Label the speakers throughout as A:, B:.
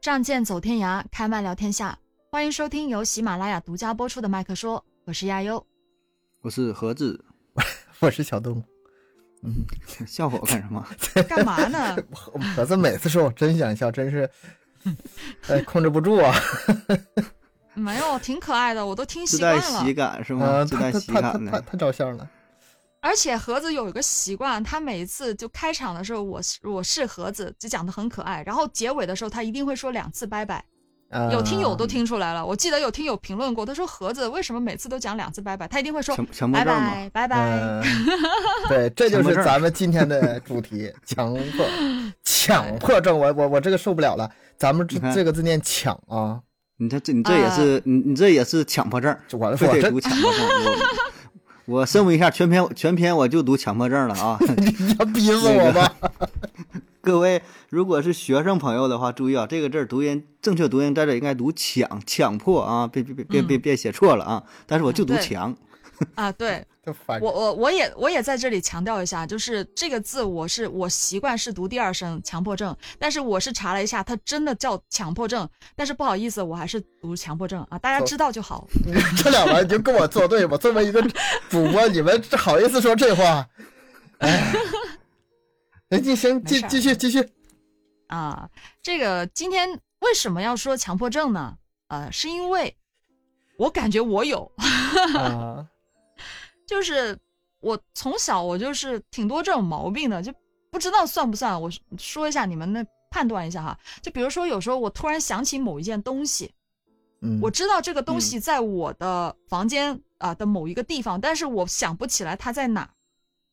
A: 仗剑走天涯，开麦聊天下。欢迎收听由喜马拉雅独家播出的《麦克说》，我是亚优，
B: 我是盒子，
C: 我是小东。
B: 嗯，笑我干什么？
A: 干嘛呢？
C: 盒子每次说我真想笑，真是，哎，控制不住啊。
A: 没有，挺可爱的，我都听
B: 自
A: 习惯
B: 带
A: 了。
B: 喜感是吗？
C: 啊，
B: 自
C: 他
B: 带
C: 他
B: 喜
C: 他他
B: 感
C: 他
B: 的。
C: 他照相了。
A: 而且盒子有一个习惯，他每一次就开场的时候，我是我是盒子，就讲的很可爱，然后结尾的时候他一定会说两次拜拜。
C: 啊
A: 有听友都听出来了，我记得有听友评论过，他说盒子为什么每次都讲两次拜拜？他一定会说
B: 强强迫
A: 拜
B: 症嘛，
A: 拜拜拜。
C: 嗯，对，这就
B: 强迫
C: 是
B: 症
C: 咱们今天的主题，强 迫，强迫症，我我我这个受不了了，咱们这
B: 你看
C: 这个字念抢啊，
B: 你这这你这也
A: 呃
B: 是你你这也是强迫症，
C: 我呃我
B: 非得
C: 这
B: 读强迫症。 我我声明一下，全篇全篇我就读强迫症了 啊！
C: 你要逼死我吧？
B: 各位如果是学生朋友的话，注意啊，这个字儿读音正确读音在这应该读抢强迫啊，别别别别别别写错了啊！但是我就读
A: 嗯对
B: 强，
A: 啊，对
C: 就反
A: 我我我也我也在这里强调一下，就是这个字我是我习惯是读第二声强迫症，但是我是查了一下，它真的叫强迫症，但是不好意思，我还是读强迫症啊，大家
C: 走
A: 知道就好。
C: 你这俩玩意儿就跟我作对吧？作为一个主播，你们这好意思说这话？哎，你行，
A: 没
C: 继
A: 事儿
C: 继续继续，
A: 啊，这个今天为什么要说强迫症呢？呃，是因为我感觉我有，
C: 啊，
A: 就是我从小我就是挺多这种毛病的，就不知道算不算。我说一下，你们那判断一下哈。就比如说，有时候我突然想起某一件东西，
C: 嗯
A: 我知道这个东西在我的房间啊、的某一个地方，但是我想不起来它在哪。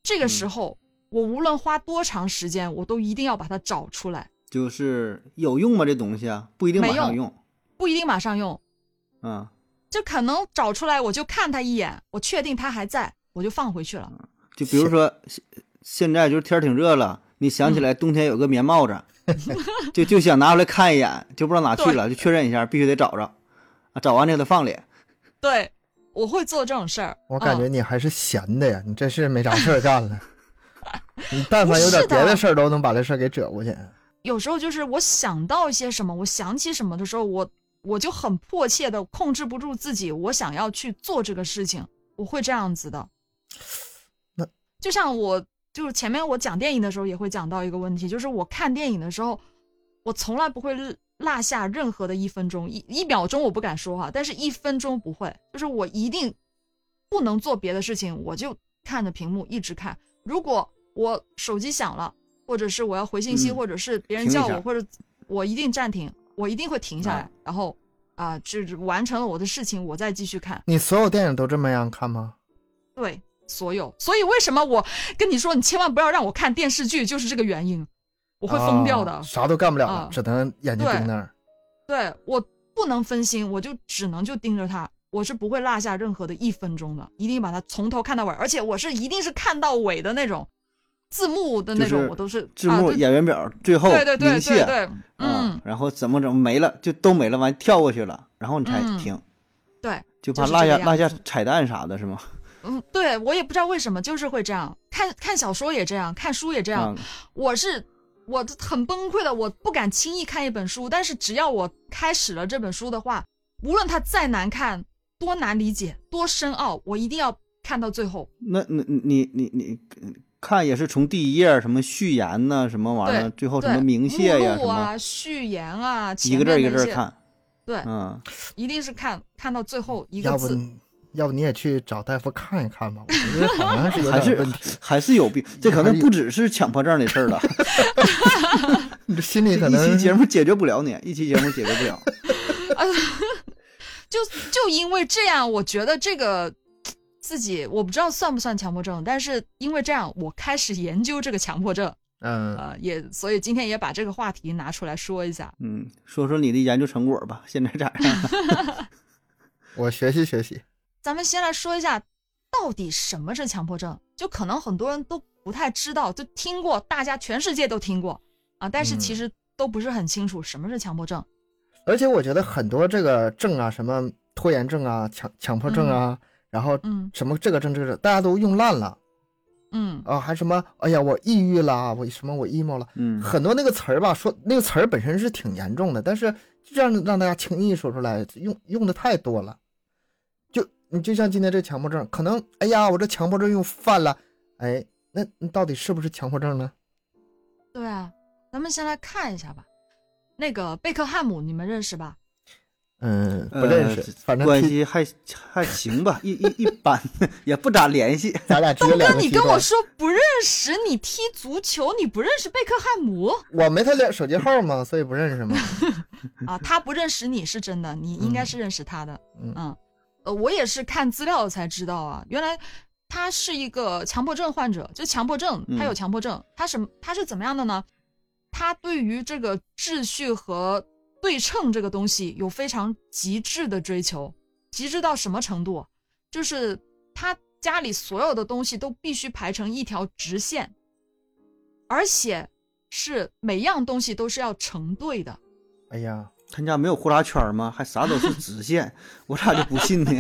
A: 这个时
B: 嗯
A: 候，我无论花多长时间，我都一定要把它找出来，
B: 就是有用吗？这东西啊，不一定马
A: 没
B: 上
A: 用
B: 用
A: 不一定马上用。
B: 啊。
A: 就可能找出来，我就看他一眼，我确定他还在，我就放回去了。
B: 就比如说现现在就是天儿挺热了，你想起
A: 嗯
B: 来冬天有个棉 帽子，就就想拿回来看一眼，就不知道哪去了，就确认一下，必须得找着。啊，找完了再放里，
A: 对，我会做这种事儿。
C: 我感觉
A: 嗯
C: 你还是闲的呀，你真是没啥事儿干了。 你但凡有点别的事儿，都能把这事儿给折过去。
A: 有时候就是我想到一些什么，我想起什么的时候，我我就很迫切的控制不住自己，我想要去做这个事情，我会这样子的。
C: 那
A: 就像我就是前面我讲电影的时候也会讲到一个问题，就是我看电影的时候，我从来不会落下任何的一分钟，一一秒钟我不敢说哈，但是一分钟不会，就是我一定不能做别的事情，我就看着屏幕一直看。如果我手机响了，或者是我要回信息，
B: 嗯
A: 或者是别人
B: 停一
A: 叫
B: 下
A: 我，或者我一定暂停，我一定会停下来，
B: 啊
A: 然后啊，就是完成了我的事情，我再继续看。
C: 你所有电影都这么样看吗？
A: 对，所有，所以为什么我跟你说，你千万不要让我看电视剧，就是这个原因，我
C: 我
A: 会疯掉的。
C: 啥都干不了了
A: 啊，
C: 只能眼睛盯那儿。
A: 对我不能分心，我就只能就盯着它，我是不会落下任何的一分钟的，一定把它从头看到尾，而且我是一定是看到尾的那种，字幕的那种、
B: 就是
A: 我都是
B: 字幕、
A: 啊、
B: 演员表，最后
A: 对对对对
B: 明
A: 对
B: 谢，
A: 对，嗯
B: 啊，，然后怎么怎么没了，就都没了，完跳过去了，然后你才
A: 嗯
B: 停，
A: 对，
B: 就怕
A: 就是
B: 落
A: 这
B: 下
A: 个
B: 落下
A: 样子
B: 彩蛋啥的，是吗？
A: 嗯，对我也不知道为什么，就是会这样，看看小说也这样，看书也这样，
B: 啊，
A: 我是我很崩溃的，我不敢轻易看一本书，但是只要我开始了这本书的话，无论它再难看、多难理解、多深奥，我一定要看到最后。
B: 那你你你你你看也是从第一页什么序言呐、什么玩意儿，
A: 对
B: 最后哦什
A: 对
B: 么明谢呀、
A: 目
B: 什
A: 录
B: 么
A: 啊、序言啊，
B: 一个字
A: 前
B: 儿一
A: 面那
B: 个字儿
A: 些，
B: 看，
A: 对，
B: 嗯。
A: 一定是看看到最后一个
C: 要不
A: 字。
C: 你，要不你也去找大夫看一看吧，我觉得好 像是有
B: 还
C: 点
B: 是
C: 问题。
B: 还是有病，这可能不只是强迫症的事儿了。
C: 你这心里可
B: 一期
C: 能
B: 节目解决不了你，一期节目解决不了。
A: 就就因为这样，我觉得这个自己我不知道算不算强迫症，但是因为这样，我开始研究这个强迫症，
C: 嗯，
A: 呃，也所以今天也把这个话题拿出来说一下。
B: 嗯，说说你的研究成果吧，现在咋样？
C: 我学习学习。
A: 咱们先来说一下，到底什么是强迫症？就可能很多人都不太知道，就听过，大家全世界都听过啊，但是其
C: 嗯
A: 实都不是很清楚什么是强迫症。
C: 而且我觉得很多这个症啊，什么拖延症啊、强强迫症啊，然后
A: 嗯
C: 什么这个症这个症，大家都用烂了。
A: 嗯
C: 啊，还什么哎呀我抑郁啦，我什么我 emo 了，
B: 嗯，
C: 很多那个词儿吧，说那个词儿本身是挺严重的，但是就这样让大家轻易说出来，用用的太多了。就你就像今天这强迫症，可能哎呀，我这强迫症又犯了，哎，那那到底是不是强迫症呢？
A: 对啊，咱们先来看一下吧。那个贝克汉姆，你们认识吧？
C: 嗯， 不
B: 呃
C: 认识，反正
B: 关
C: 踢
B: 系还还行吧，一一一般， 也不咋联系。
C: 咱俩只有
A: 东
C: 两
A: 哥，
C: 个
A: 你
C: 踢
A: 跟
C: 多
A: 我说不认识，你踢足球，你不认识贝克汉姆
C: 我没他脸手机号嘛，所以不认识嘛。
A: 啊？他不认识你是真的，你应该是认识他的。
C: 嗯
A: 嗯，呃，我也是看资料才知道啊，原来他是一个强迫症患者，就强迫症，他有
B: 嗯
A: 强迫症，他什么？他是怎么样的呢？他对于这个秩序和对称这个东西有非常极致的追求，极致到什么程度？啊就是他家里所有的东西都必须排成一条直线，而且是每样东西都是要成对的。
C: 哎呀，
B: 他家没有呼啦圈吗？还啥都是直线，我咋就不 信呢？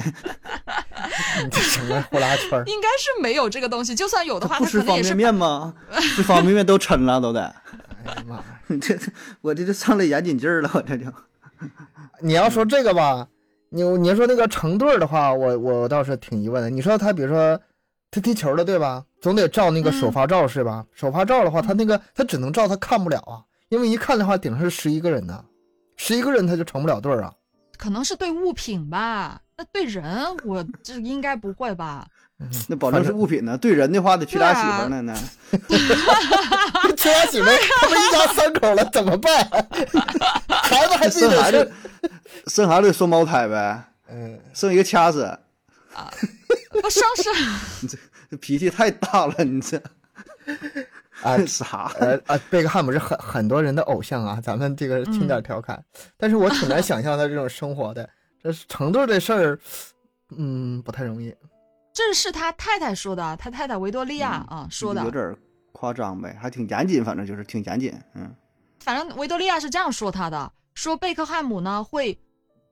C: 你这什么呼啦圈儿？
A: 应该是没有这个东西，就算有的
B: 他
A: 话，
B: 不
A: 他
B: 吃
A: 可能
B: 方
A: 也是
B: 便面吗？这方便面都抻了，都得。
C: 哎呀妈呀！
B: 这我这就上来严谨劲儿了，我这就。
C: 你要
B: 嗯
C: 说这个吧，你你要说那个成对儿的话，我我倒是挺疑问的。你说他比如说他踢球的对吧，总得照那个
B: 嗯
C: 首发照是吧？首发照的话，他那个他只能照，他看不了啊，因为一看的话顶上是十一个人呢，十一个人他就成不了 对儿啊。
A: 可能是对物品吧，那对人我这应该不会吧？
B: 那保证是物品呢，对人的话得娶俩媳妇儿 呢，那
C: 这俩媳妇儿他们一家三口了怎么办？ 孩子还是一
B: 生
C: 点
B: 孩
C: 事儿
B: 子。生孩子得双胞胎呗，
C: 嗯，
B: 生一个掐死，
A: 不生是
B: 这 脾气太大了，你 这
C: 啊
B: 啥？
C: 呃啊，贝克汉姆是很很多人的偶像啊，咱们这个
B: 嗯
C: 听点调侃，但是我挺难想象他这种生活的，这是成对的事儿，嗯，不太容易。
A: 这是他太太说的啊，他太太维多利亚、
B: 嗯
A: 啊说的
B: 有，点儿夸张呗，还挺严谨，反正就是挺严谨，嗯，
A: 反正维多利亚是这样说他的，说贝克汉姆呢会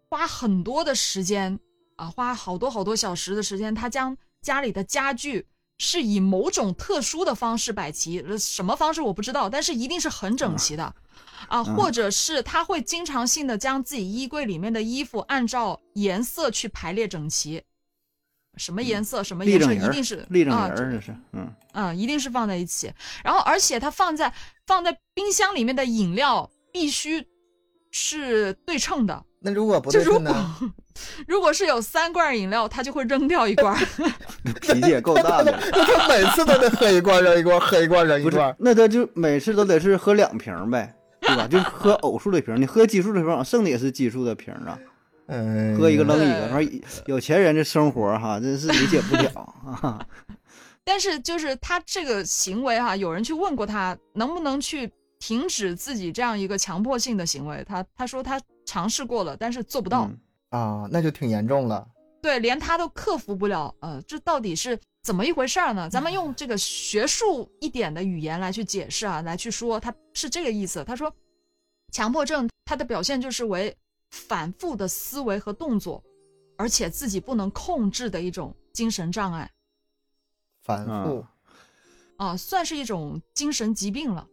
A: 花很多的时间啊，花好多好多小时的时间，他将家里的家具是以某种特殊的方式摆齐，呃什么方式我不知道，但是一定是很整齐的。
B: 嗯
A: 啊，或者是他会经常性的将自己衣柜里面的衣服按照颜色去排列整齐，什么颜色、什么
B: 嗯立
A: 颜
B: 正
A: 色
B: 人
A: 一
B: 儿
A: 定是，
B: 立正
A: 啊
B: 人
A: 这
B: 儿这是，嗯，
A: 嗯，一定是放在一起。然后，而且它放在放在冰箱里面的饮料必须是对称的。
C: 那如果不
A: 就
C: 对
A: 如
C: 称
A: 果
C: 呢？
A: 如果是有三罐饮料，他就会扔掉一罐儿。
B: 脾气也够大 的。
C: 那他 每次都得喝一罐扔一罐，喝一罐扔一
B: 不是
C: 罐，，
B: 那他就每次都得是喝两瓶儿呗，对 吧？就喝偶数的瓶儿，你喝奇数的瓶儿，剩的也是奇数的瓶儿啊，
C: 嗯，
B: 喝一个
A: 了
B: 扔一个。
A: 对
B: 反正有钱人这生活哈，真是理解不了 啊。
A: 但是就是他这个行为哈、有人去问过他能不能去停止自己这样一个强迫性的行为，他他说他尝试过了，但是做不到。
B: 嗯
C: 啊，那就挺严重了。
A: 对，连他都克服不了，呃，这到底是怎么一回事儿呢？咱们用这个学术一点的语言来去解释啊，来去说，他是这个意思。他说，强迫症它的表现就是为反复的思维和动作，而且自己不能控制的一种精神障碍
C: 反复，
A: 啊、算是一种精神疾病了。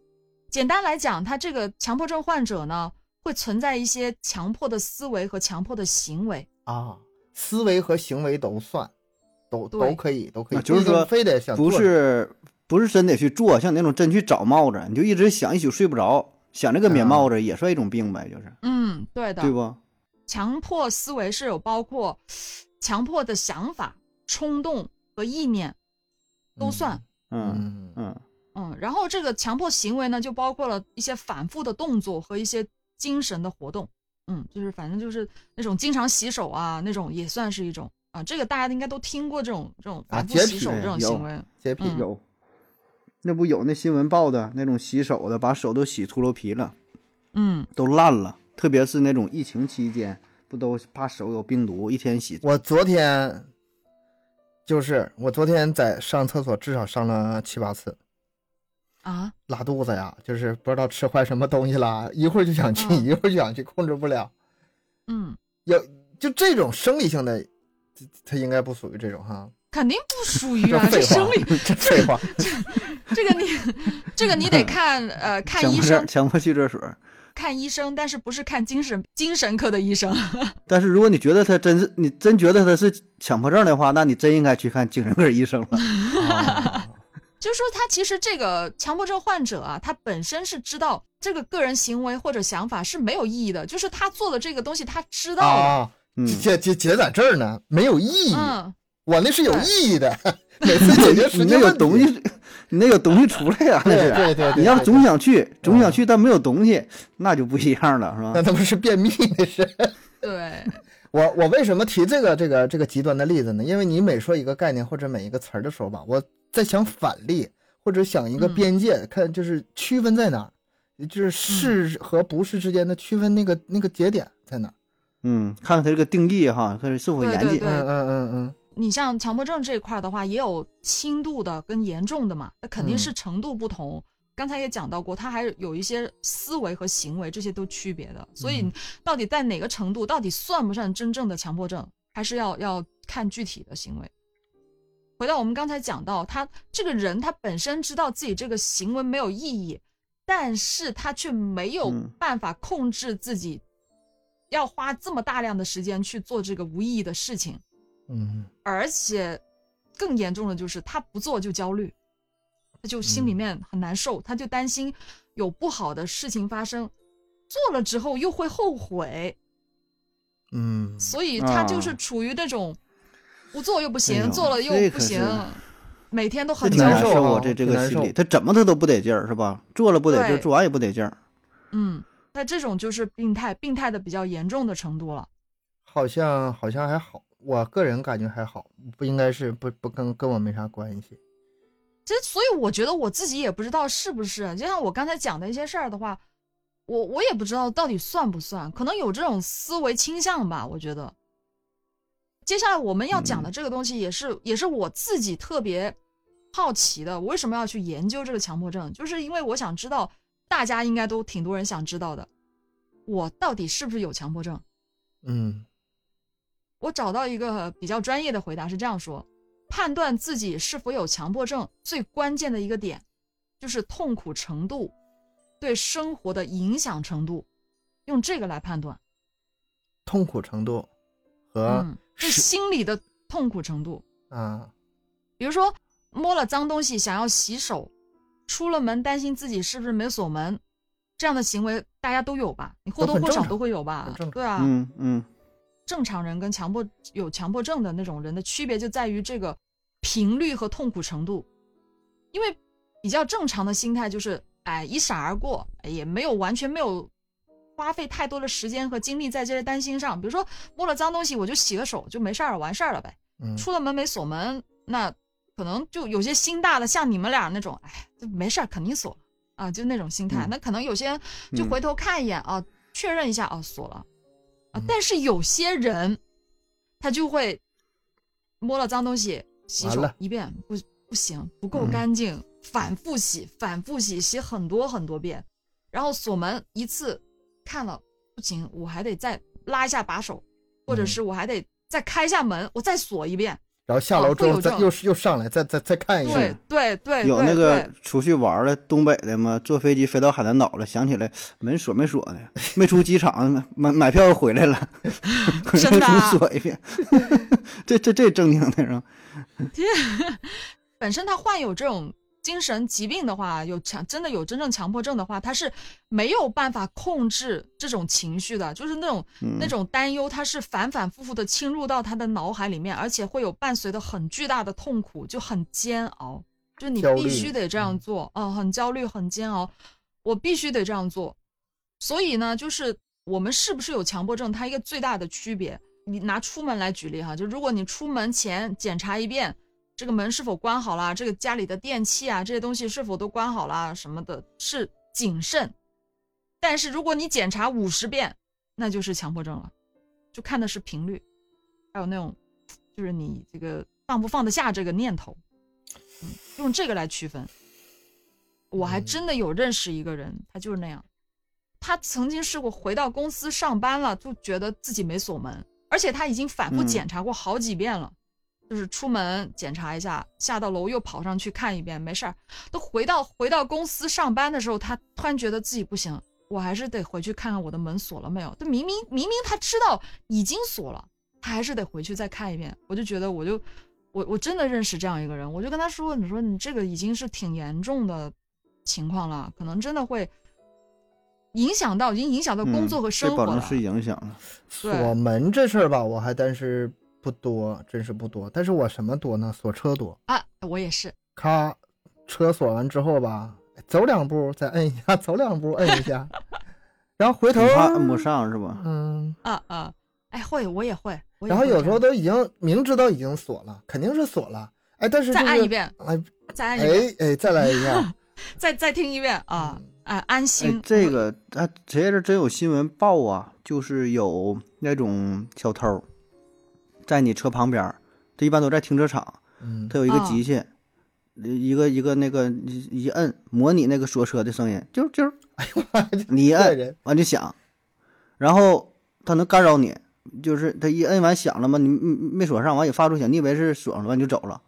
A: 简单来讲，他这个强迫症患者呢，会存在一些强迫的思维和强迫的行为。
C: 啊，思维和行为都算，都
A: 对
C: 都可以，都可以，
B: 那就是
C: 不一定
B: 说
C: 非得想
B: 不
C: 做
B: 是不是真得去做，像你那种真去找帽子，你就一直想一宿睡不着，想这个
C: 啊
B: 棉帽子也算一种病呗，就是
A: 嗯，对的，
B: 对不？
A: 强迫思维是有包括强迫的想法、冲动和意念都算。
B: 嗯
C: 嗯
B: 嗯
A: 嗯然后这个强迫行为呢，就包括了一些反复的动作和一些精神的活动。嗯，就是反正就是那种经常洗手啊，那种也算是一种啊。这个大家应该都听过这种这种
C: 啊
A: 反复
C: 洁
A: 洗
C: 癖
A: 手这种
B: 有
A: 行为。
C: 洁癖
A: 嗯
B: 有。那不有那新闻报的那种洗手的，把手都洗秃噜皮了，
A: 嗯，
B: 都烂了。特别是那种疫情期间，不都怕手有病毒，一天洗
C: 我昨天就是我昨天在上厕所，至少上了七八次，
A: 啊，
C: 拉肚子呀，就是不知道吃坏什么东西啦，一会儿就想去，
A: 嗯
C: 一会儿就想去，控制不了。
A: 嗯，
C: 有就这种生理性的，它它应该不属于这种哈。
A: 肯定不属于
C: 这
A: 啊，这
C: 废
A: 生
C: 话
A: 理，
C: 这废 话，
A: 这个你这个你 得看呃看
B: 强
A: 医
B: 迫症
A: 生
B: 强迫去厕所。
A: 看医生，但是不是看精神精神科的医生？
B: 但是如果你觉得他真是你真觉得他是强迫症的话，那你真应该去看精神科医生 了。
C: 啊
A: 就是说，他其实这个强迫症患者啊，他本身是知道这个个人行为或者想法是没有意义的，就是他做的这个东西他知道的，
C: 啊，
B: 嗯，
C: 解解解在这儿呢，没有意义。
A: 嗯，
C: 我那是有意义的， 每次解决时
B: 你那
C: 间
B: 有
C: 问
B: 东西
C: 题。，
B: 你那有东西出来 呀、那
C: 对
B: 是。
C: 对对对，
B: 你要
C: 对
B: 总想去，总想去，但没有东西，那就不一样了，是
C: 那
B: 吧？
C: 他不是便秘那是。
A: 对，
C: 我我为什么提这个这个这个极端的例子呢？因为你每说一个概念或者每一个词儿的时候吧，我在想反例或者想一个
A: 嗯
C: 边界，看就是区分在哪儿，也就是是和不是之间的区分那个那个节点在哪儿。
B: 嗯，看看他这个定义哈，看是否
A: 对
B: 严
A: 对
B: 谨。
A: 对
C: 嗯嗯嗯嗯，
A: 你像强迫症这一块儿的话，也有轻度的跟严重的嘛，那肯定
C: 嗯
A: 是程度不同。刚才也讲到过，它还有一些思维和行为，这些都区别的。所以
C: 嗯
A: 到底在哪个程度，到底算不算真正的强迫症，还是要要看具体的行为。回到我们刚才讲到，他这个人他本身知道自己这个行为没有意义，但是他却没有
B: 嗯
A: 办法控制自己，要花这么大量的时间去做这个无意义的事情。
C: 嗯，
A: 而且更严重的就是他不做就焦虑，他就
B: 嗯
A: 心里面很难受，他就担心有不好的事情发生，做了之后又会后悔，
C: 嗯，
A: 所以他就是
B: 啊
A: 处于那种不做又不
B: 哎呦
A: 行，做了
B: 这
A: 又不
B: 可是
A: 行，每天都
B: 这
A: 很
B: 挺
A: 焦
B: 难
A: 虑。
B: 受
C: 啊
B: 啊，这这个
C: 挺难
B: 心理，
C: 受
B: 他怎么他都不得劲儿，是吧？做了不得劲
A: 对
B: 儿，做完也不得劲儿。
A: 嗯，那这种就是病态，病态的比较严重的程度了。
C: 好像好像还好，我个人感觉还好，不应该是不不跟跟我没啥关系。
A: 这所以我觉得我自己也不知道是不是，就像我刚才讲的一些事儿的话，我我也不知道到底算不算，可能有这种思维倾向吧。我觉得，接下来我们要讲的这个东西也是、也是我自己特别好奇的，我为什么要去研究这个强迫症？就是因为我想知道，大家应该都挺多人想知道的，我到底是不是有强迫症？
C: 嗯
A: 我找到一个比较专业的回答是这样说：判断自己是否有强迫症最关键的一个点，就是痛苦程度对生活的影响程度，用这个来判断。
C: 痛苦程度和
A: 嗯，对
C: 啊是
A: 心理的痛苦程度，
C: 啊
A: 比如说摸了脏东西想要洗手，出了门担心自己是不是没锁门，这样的行为大家都有吧？你或多
C: 都很
A: 或
C: 正
A: 少
C: 常
A: 都会有吧
C: 很正？常
A: 对啊，
B: 嗯嗯，
A: 正常人跟强迫有强迫症的那种人的区别就在于这个频率和痛苦程度，因为比较正常的心态就是哎一闪而过，哎也没有完全没有花费太多的时间和精力在这些担心上，比如说摸了脏东西我就洗个手就没事儿了完事儿了呗，
C: 嗯
A: 出了门没锁门那可能就有些心大的像你们俩那种，哎就没事儿肯定锁了啊就那种心态，
B: 嗯
A: 那可能有些人就
B: 嗯
A: 回头看一眼啊确认一下啊锁了。啊
C: 嗯，
A: 但是有些人他就会摸了脏东西洗
C: 完
A: 手
C: 了
A: 一遍不不行，不够
C: 嗯
A: 干净，反复洗，反复洗，洗很多很多遍，然后锁门一次看了不行，我还得再拉一下把手，或者
C: 嗯
A: 是我还得再开一下门，我再锁一遍。
C: 然后下楼之
A: 哦会
C: 后
A: 有这
C: 再
A: 种
C: 又是又上来，再再再看一
A: 对
C: 眼，
A: 对对，
B: 有
A: 对
B: 那个
A: 对
B: 出去玩儿了，东北的嘛，坐飞机飞到海南岛了，想起来门锁没锁呢，没出机场，买买票回来 了，回来
A: 真的啊
B: 重锁一遍， 这这这正经的是吧？
A: 本身他患有这种精神疾病的话，有强真的有真正强迫症的话，他是没有办法控制这种情绪的，就是那种、那
C: 嗯
A: 种担忧，它是反反复复的侵入到他的脑海里面，而且会有伴随的很巨大的痛苦，就很煎熬，就是你
C: 焦虑
A: 必须得这样做，嗯，很焦虑，很煎熬，我必须得这样做。所以呢，就是我们是不是有强迫症，它一个最大的区别，你拿出门来举例哈，就如果你出门前检查一遍，这个门是否关好啦，这个家里的电器啊，这些东西是否都关好啦，什么的，是谨慎。但是如果你检查五十遍，那就是强迫症了，就看的是频率，还有那种就是你这个放不放得下这个念头，嗯，用这个来区分。我还真的有认识一个人，他就是那样，他曾经试过回到公司上班了，就觉得自己没锁门，而且他已经反复
B: 嗯
A: 检查过好几遍了。就是出门检查一下，下到楼又跑上去看一遍，没事儿。都回到回到公司上班的时候，他突然觉得自己不行，我还是得回去看看我的门锁了没有。他明明明明他知道已经锁了，他还是得回去再看一遍。我就觉得我就我我真的认识这样一个人，我就跟他说，你说你这个已经是挺严重的情况了，可能真的会影响到已经影响
C: 嗯
A: 到工作和生活
B: 嗯这保证
A: 了。
B: 是影响了。
C: 锁门这事儿吧，我还真是不多，真是不多。但是我什么多呢？锁车多。
A: 啊，我也是，
C: 咔，车锁完之后吧，走两步再摁一下，走两步摁一 下，然后回头
B: 你，怕按不上是吧？哎
C: 嗯，
A: 啊啊，哎，会我也会。我也
C: 然后
A: 会
C: 有
A: 这
C: 时候
A: 样
C: 都已经明知道已经锁了，肯定是锁了，哎，但是就
A: 再
C: 是
A: 按一，遍，
C: 哎
A: 再按一遍，
C: 哎嗯哎，再来 一下，
A: 再再听一遍啊，哎，安心
B: 哎，。这个啊，前阵真有新闻报啊，就是有那种小偷在你车旁边儿，这一般都在停车场，
C: 嗯，
B: 它有一个
A: 啊
B: 机器，一个一个那个一一摁，模拟那个锁车的声音，啾 啾，
C: 哎
B: 你一
C: 骗
B: 摁
C: 人，
B: 完就响，然后它能干扰你，就是它一摁完响了嘛，你没没锁上，完也发出响，你以为是锁上了，完你就走了，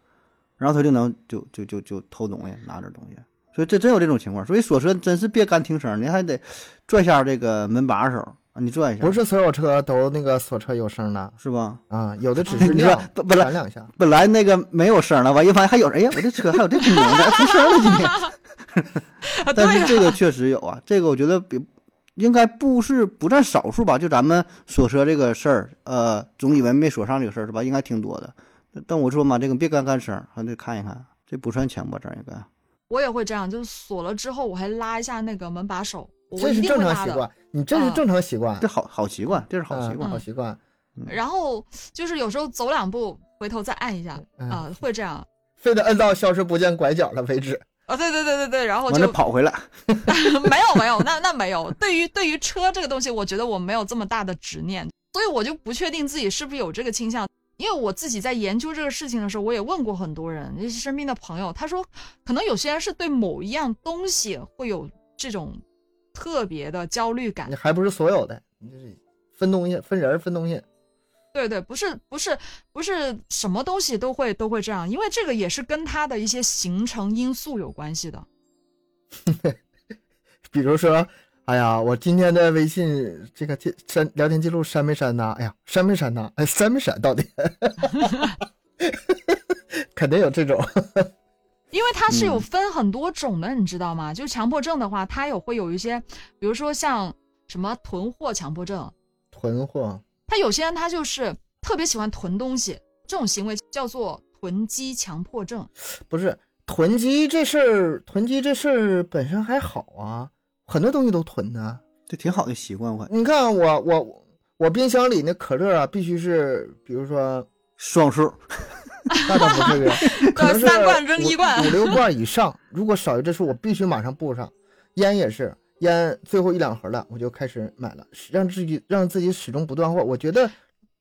B: 然后它就能就就就就偷东西，拿点东西。所以这真有这种情况，所以锁车真是别干听声儿，你还得拽下这个门把手啊，你拽一下，
C: 不是所有车都那个锁车有声的
B: 是吧？
C: 啊，有的只 是
B: 你说
C: 亮
B: 不不是
C: 闪两下，
B: 本来那个没有声儿了，完一发现还有人，哎呀，我这车还有这功能呢，还出声儿了今天。
A: 啊
B: 但
A: 对
B: 是
A: 呀，
B: 这个确实有啊，这个我觉得比应该不是不占少数吧？就咱们锁车这个事儿，呃，总以为没锁上这个事儿是吧？应该挺多的。但但我说嘛，这个别干干声儿，还得看一看，这不算强迫症应该。
A: 我也会这样，就是锁了之后，我还拉一下那个门把手，我
C: 这
A: 一
C: 是
A: 定
C: 正
A: 会
C: 常
A: 拉
C: 习
A: 的。
C: 惯，你这是
A: 啊
C: 正常习惯
B: 这，好好习惯，这是 好习
C: 嗯
B: 惯。
C: 好习惯，
A: 然后就是有时候走两步，回头再按一下
C: 嗯
A: 啊，会这样
C: 非得摁到消失不见拐角了为止。
A: 啊，对对对对对，然后
B: 完
A: 就
B: 了跑回来，
A: 没有没有，那那没有。对于对于车这个东西，我觉得我没有这么大的执念，所以我就不确定自己是不是有这个倾向。因为我自己在研究这个事情的时候，我也问过很多人，就是身边的朋友，他说可能有些人是对某一样东西会有这种特别的焦虑感
C: 你，还不是所有的，你这是分东西、分人儿、分东西。
A: 对对，不是不是不是什么东西都会都会这样，因为这个也是跟他的一些形成因素有关系的。
C: 比如说，哎呀，我今天的微信这个记删聊天记录删没删呐？哎呀，删没删呐？哎，删没删到底？ 肯定有这种，
A: 因为它是有
B: 嗯
A: 分很多种的，你知道吗？就强迫症的话，它有会有一些，比如说像什么囤货强迫症，
C: 囤货
A: 他有些人他就是特别喜欢囤东西，这种行为叫做囤积强迫症。
C: 不是囤积这事儿，囤积这事儿本身还好啊，很多东西都囤呢、
B: 这挺好的习惯，我看
C: 你看我我我冰箱里那可乐啊，必须是比如说
B: 双数
C: 那倒不至 于，可能是
A: 三罐扔一
C: 五
A: 罐
C: 五六罐以上。如果少于这数，我必须马上补上。烟也是，烟最后一两盒了，我就开始买了，让自己让自己始终不断货。我觉得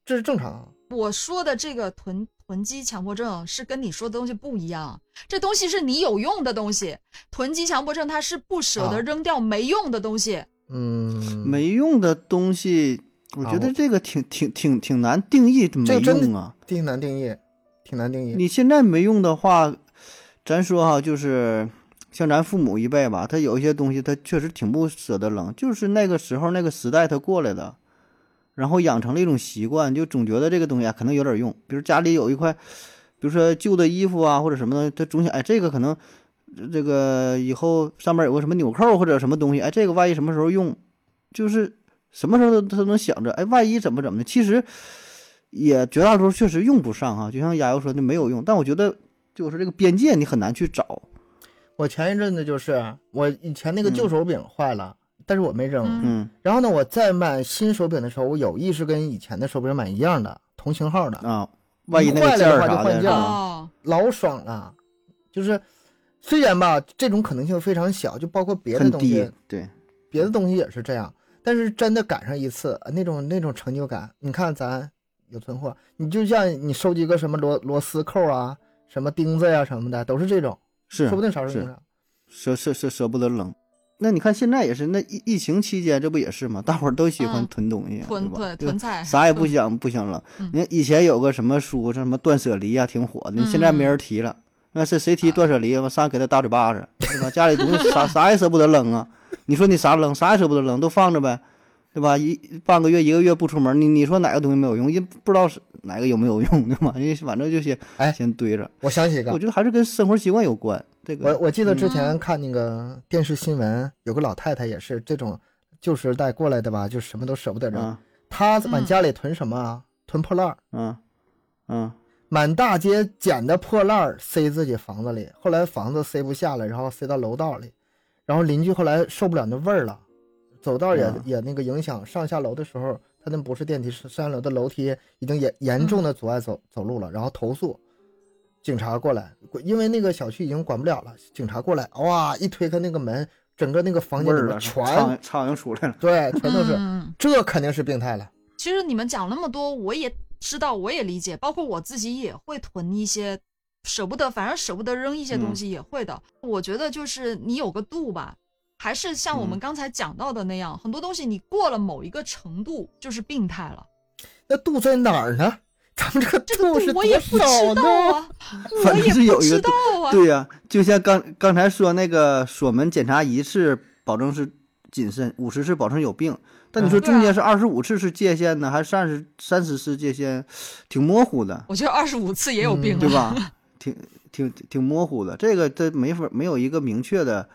C: 这是正常啊。
A: 我说的这个囤囤积强迫症是跟你说的东西不一样，这东西是你有用的东西，囤积强迫症它是不舍
C: 啊
A: 得扔掉没用的东西。
C: 嗯，
B: 没用的东西，我
C: 啊
B: 觉得
C: 我
B: 这个挺挺挺挺难定义没
C: 这真的
B: 用啊。
C: 挺难定义，挺难定义。
B: 你现在没用的话，咱说哈，就是像咱父母一辈吧，他有一些东西他确实挺不舍得扔，就是那个时候那个时代他过来的，然后养成了一种习惯，就总觉得这个东西啊可能有点用，比如家里有一块，比如说旧的衣服啊或者什么的，他总想哎这个可能。这个以后上面有个什么纽扣或者什么东西，哎，这个万一什么时候用，就是什么时候都都能想着，哎，万一怎么怎么的。其实也绝大多数确实用不上啊，就像亚游说的没有用，但我觉得就是这个边界你很难去找。
C: 我前一阵子就是我以前那个旧
B: 嗯
C: 手柄坏了，但是我没扔。
A: 嗯
B: 嗯
C: 然后呢，我再买新手柄的时候，我有意识跟以前的手柄买一样的，同型号的。
B: 啊，万一那个
C: 坏了
B: 件
C: 的
B: 儿
C: 话就
B: 啥
C: 换
B: 的，是
C: 件儿啊
B: 吧
A: 哦，
C: 老爽了。就是虽然吧，这种可能性非常小，就包括别的
B: 很
C: 东
B: 低
C: 西，，
B: 对，
C: 别的东西也是这样。但是真的赶上一次，呃那种那种成就感，你看咱有存货，你就像你收集个什么螺螺丝扣啊、什么钉子呀、什么的，都是这种，
B: 是
C: 说不定啥时候用
B: 是
C: 上。
B: 舍舍舍舍不得扔，那你看现在也是，那疫疫情期间这不也是吗？大伙儿都喜欢
A: 嗯
B: 囤东西啊，
A: 囤
B: 对吧
A: 囤
B: 对吧
A: 囤 菜，
B: 啥也不想不想扔
A: 嗯。
B: 你看以前有个什么书，叫什么断舍离呀、挺火的，现在没人提了。那是谁提断舍离？我上来给他大嘴巴子，对吧？家里东西啥啥也舍不得扔啊。你说你啥扔？啥也舍不得扔，都放着呗，对吧？一半个月一个月不出门，你你说哪个东西没有用？也不知道是哪个有没有用，对吧？ 你反正就先
C: 哎
B: 先堆着。
C: 我想起一个
B: 我，觉得还是跟生活习惯有关。这
C: 我
B: 个
C: 我记得之前看那个电视新闻，有个老太太也是这种旧时代过来的吧，就什么都舍不得扔。
B: 啊
C: 她满家里囤什么啊？囤破烂儿，
B: 啊啊
C: 满大街捡的破烂儿塞自己房子里，后来房子塞不下了，然后塞到楼道里，然后邻居后来受不了那味儿了，走道也、
B: 嗯
C: 也那个影响，上下楼的时候，他那不是电梯，是三楼的楼梯，已经严严
A: 嗯
C: 重的阻碍走走路了，然后投诉。警察过来，因为那个小区已经管不了了，警察过来，哇，一推开那个门，整个那个房
B: 味
C: 间里
B: 儿
C: 面
B: 了，
C: 全
B: 苍蝇苍蝇出来了。
C: 对，全都是，
A: 啊嗯
C: 这肯定是病态了。
A: 其实你们讲那么多，我也知道，我也理解，包括我自己也会囤一些舍不得，反正舍不得扔一些
B: 嗯
A: 东西也会的。我觉得就是你有个度吧，还是像我们
B: 嗯
A: 刚才讲到的那样，很多东西你过了某一个程度就是病态了。
C: 那度在哪儿呢？咱们这个
A: 这个
C: 度是
A: 度
C: 多
A: 我也不
C: 少
A: 知
C: 呢？
A: 道 啊，我
B: 反正是
A: 也不
B: 有一个
A: 知
B: 度
A: 道啊。
B: 对呀、就像刚刚才说那个锁门检查一次，保证是谨慎；五十次保证有病。但你
A: 嗯
B: 说中
A: 对啊
B: 间是二十五次是界限呢，还是三十三十次界限，挺模糊的，
A: 我觉得二十五次也有病了，
C: 嗯
B: 对 吧？挺挺挺模糊的，这个这没法没有一个明确的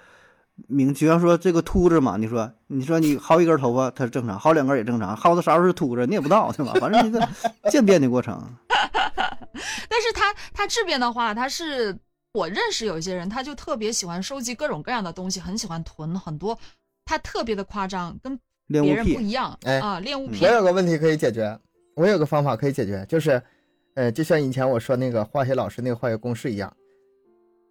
B: 明确。就像说这个秃子嘛，你说你说你薅一根头发它是正常，薅两根也正常，薅到啥时候是秃子你也不知道，对吧？反正你 这渐变的过程。
A: 但是他他这边的话，他是我认识有一些人，他就特别喜欢收集各种各样的东西，很喜欢囤很多，他特别的夸张，跟
B: 恋
A: 别
B: 物
A: 人不
B: 癖，嗯
A: 一样，
C: 哎
A: 啊，恋物癖
C: 我，有个问题可以解决，我有个方法可以解决，就是，呃，就像以前我说那个化学老师那个化学公式一样，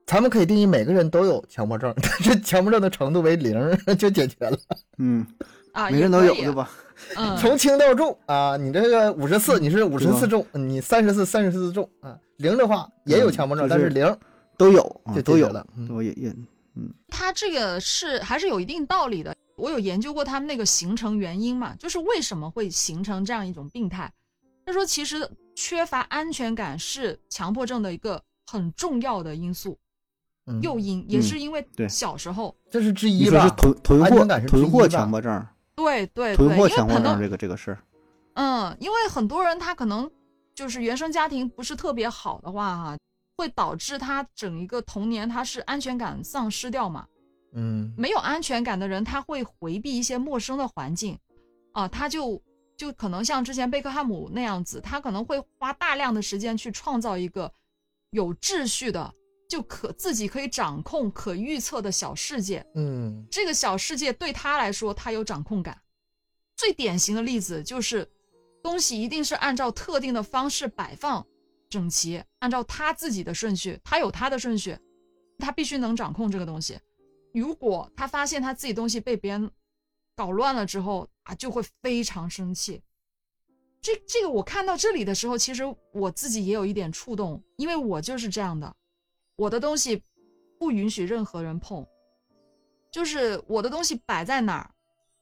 C: 咱们可以定义每个人都有强迫症， 但是强迫症的程度为零就解决了，
B: 嗯，
A: 啊，
B: 每
A: 也
B: 人都
A: 可
B: 有
A: 以
B: 对？吧？
A: 嗯，
C: 从轻到重啊，你这个五十四你是五
B: 对
C: 十
B: 吧
C: 四重，你三十四三十四重啊，零的话也有强迫症，
B: 嗯就
C: 但
B: 是
C: 是零
B: 都有，啊
C: 就
B: 都
C: 解决
B: 有
C: 了，嗯
B: 都也也
A: 他这个是还是有一定道理的。我有研究过他们那个形成原因嘛，就是为什么会形成这样一种病态。他说，其实缺乏安全感是强迫症的一个很重要的因素
C: 嗯
A: 诱因，也
B: 嗯
A: 是因为
B: 对
A: 小时候，
C: 这是之
B: 你
C: 一
B: 说是
C: 吧？
B: 囤囤
C: 安
B: 货
C: 全感是之一
B: 囤货
C: 吧
B: 强迫症，
A: 对对对，
B: 囤
A: 因为
B: 货强迫
A: 很多
B: 症这个这个事儿，
A: 嗯，因为很多人他可能就是原生家庭不是特别好的话、哈，会导致他整一个童年他是安全感丧失掉嘛。
C: 嗯，
A: 没有安全感的人，他会回避一些陌生的环境，啊，他就就可能像之前贝克汉姆那样子，他可能会花大量的时间去创造一个有秩序的、就可自己可以掌控、可预测的小世界。
C: 嗯，
A: 这个小世界对他来说，他有掌控感。最典型的例子就是，东西一定是按照特定的方式摆放整齐，按照他自己的顺序，他有他的顺序，他必须能掌控这个东西。如果他发现他自己东西被别人搞乱了之后啊，就会非常生气。这这个我看到这里的时候，其实我自己也有一点触动，因为我就是这样的，我的东西不允许任何人碰，就是我的东西摆在哪儿，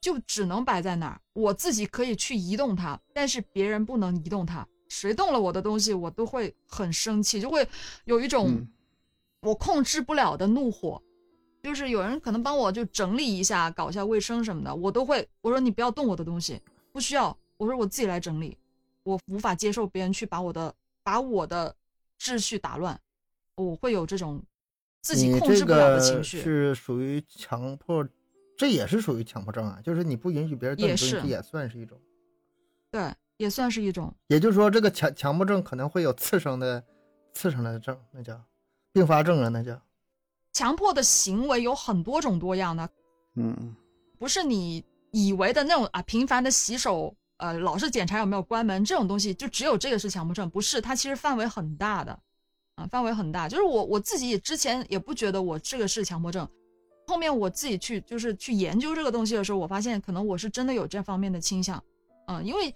A: 就只能摆在哪儿。我自己可以去移动它，但是别人不能移动它。谁动了我的东西，我都会很生气，就会有一种
B: 嗯
A: 我控制不了的怒火。就是有人可能帮我就整理一下、搞一下卫生什么的，我都会我说你不要动我的东西，不需要。我说我自己来整理，我无法接受别人去把我的把我的秩序打乱，我会有这种自己
C: 你
A: 控
C: 这
A: 制不了的情
C: 个
A: 绪。
C: 是属于强迫，这也是属于强迫症啊，就是你不允许别人动你
A: 也
C: 东西，
A: 是
C: 这也算是一种。
A: 对，也算是一种。
C: 也就是说，这个强强迫症可能会有次生的次生的症，那叫并发症啊，那叫
A: 强迫的行为有很多种多样的，
B: 嗯，
A: 不是你以为的那种啊，频繁的洗手，呃，老是检查有没有关门这种东西，就只有这个是强迫症，不是它其实范围很大的，啊，范围很大。就是我我自己之前也不觉得我这个是强迫症，后面我自己去就是去研究这个东西的时候，我发现可能我是真的有这方面的倾向，嗯，因为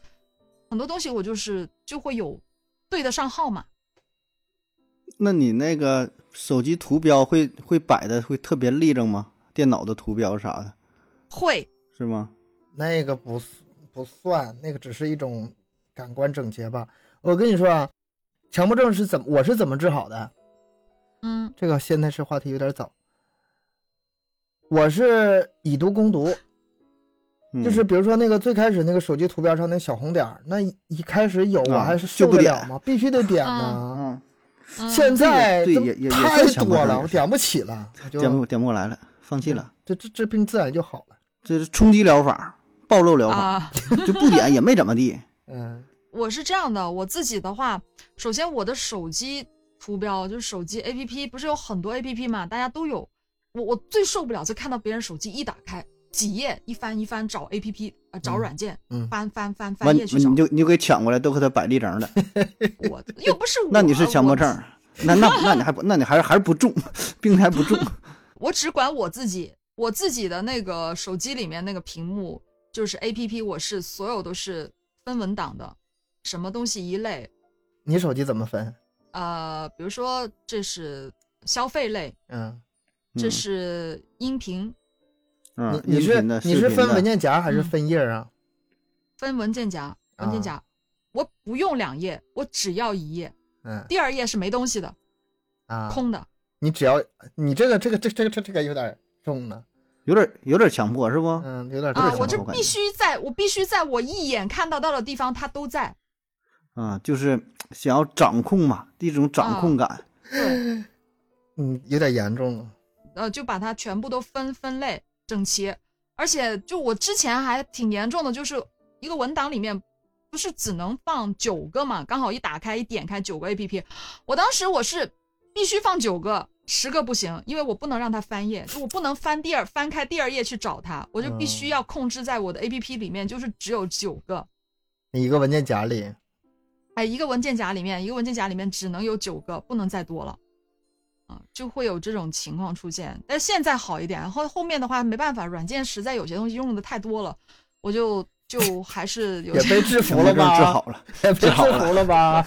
A: 很多东西我就是就会有对得上号嘛，
B: 那你那个手机图标会会摆的会特别立正吗？电脑的图标啥的，
A: 会
B: 是吗？
C: 那个不 s- 不算，那个只是一种感官整洁吧。我跟你说啊，强迫症是怎么我是怎么治好的？
A: 嗯
C: 这个现在是话题有点早。我是以毒攻毒，
B: 嗯、
C: 就是比如说那个最开始那个手机图标上那小红点儿，那一一开始有我
B: 啊
C: 还是
B: 就
C: 受
B: 不
C: 得
B: 点
C: 了吗？必须得点呐。
B: 嗯，
A: 嗯
C: 现在
B: 对
C: 都
B: 也也也
C: 太
B: 是强迫
C: 多
B: 症
C: 了，
B: 也
C: 我
B: 是
C: 点不起了，我就
B: 点不点不过来了，放弃
A: 嗯
B: 了，
C: 这这这病自然就好了。
B: 这是冲击疗法、暴露疗法，
A: 啊，
B: 就不点也没怎么 地。
C: 嗯
A: 我是这样的，我自己的话，首先我的手机图标就是手机 APP，不是有很多 APP 嘛，大家都有。我我最受不了就看到别人手机一打开几页一翻一翻找 APP 啊、呃找
C: 嗯
A: 软件、
C: 嗯
A: 翻翻翻
B: 完
A: 翻
B: 你
A: 页去找
B: 你，就你就给抢过来，都给他摆立正 了，
A: 我又不是我，
B: 那你是强迫
A: 我
B: 症，那那那你还不那你还是还是不重，病态不 重。
A: 我只管我自己，我自己的那个手机里面那个屏幕就是 A P P，我是所有都是分文档的，什么东西一类，
C: 你手机怎么分？
A: 呃，比如说这是消费类，
C: 嗯，
A: 这
B: 嗯
A: 是音频，
B: 嗯，
C: 你你
B: 音
C: 是
B: 频的
C: 你
B: 视
C: 是
B: 频
C: 分
B: 的
C: 文件夹还是
A: 嗯
C: 分页啊？
A: 分文件夹，文件
C: 啊
A: 夹，我不用两页，我只要一页，
C: 嗯
A: 第二页是没东西的，
C: 啊，
A: 空的，
C: 你只要你这个这个这这个这这个有点重了，有
B: 有点有点强迫是不？
C: 嗯有点
B: 哦不是
A: 啊，
B: 什
A: 我
B: 么
A: 这
B: 我感
A: 必
B: 觉
A: 须在我必须在我一眼看到到的地方它都在，
B: 啊，就是想要掌控嘛，一种
A: 啊
B: 掌控感。
A: 对，
C: 嗯有点严重了。
A: 呃，就把它全部都分分类整齐，而且就我之前还挺严重的，就是一个文档里面不是只能放九个嘛，刚好一打开一点开九个 A P P，我当时我是必须放九个。十个不行，因为我不能让它翻页，就我不能翻第二翻开第二页去找它，我就必须要控制在我的 A P P 里面，就是只有九个，
C: 你一个文件夹里，
A: 哎，一个文件夹里面，一个文件夹里面只能有九个，不能再多了，啊，就会有这种情况出现。但现在好一点，后后面的话没办法，软件实在有些东西用的太多了，我就就 还是有
C: 也
A: 些，
C: 被 制服
B: 强迫症
C: 了
B: 治
C: 吧？
B: 好了，
C: 也被制服了吧？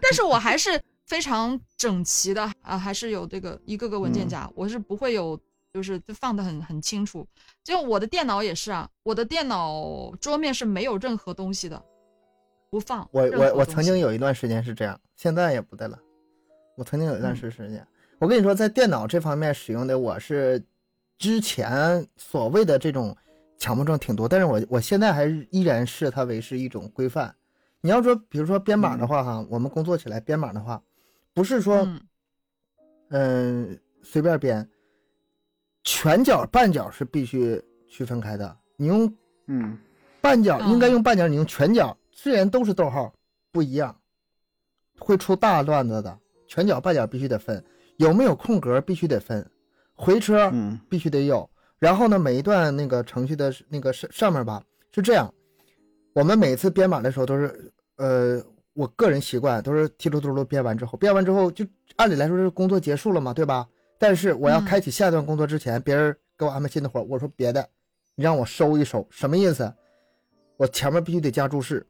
A: 但是我还是非常整齐的啊，还是有这个一个个文
C: 嗯
A: 件夹，我是不会有就是放的很很清楚。就我的电脑也是啊，我的电脑桌面是没有任何东西的，不放
C: 我
A: 任何
C: 我我
A: 东
C: 曾
A: 西
C: 经有一段时间是这样，现在也不对了。我曾经有一
A: 嗯
C: 段时时间，我跟你说，在电脑这方面使用的，我是之前所谓的这种强迫症挺多，但是我我现在还是依然视它为是一种规范。你要说，比如说编码的话，哈、我们工作起来编码的话，不是说
A: 嗯
C: 嗯、随便编，全角半角是必须区分开的。你用
B: 嗯，
C: 半角
A: 嗯
C: 应该用半角，你用全角，虽然都是逗号，不一样，会出大乱子的。全角半角必须得分，有没有空格必须得分，回车
B: 嗯
C: 必须得有。然后呢，每一段那个程序的那个上上面吧是这样，我们每次编码的时候都是，呃，我个人习惯都是提溜嘟噜编完之后，编完之后就按理来说是工作结束了嘛，对吧？但是我要
A: 嗯
C: 开启下一段工作之前，别人给我安排新的活儿，我说别的，你让我收一收，什么意思？我前面必须得加注释，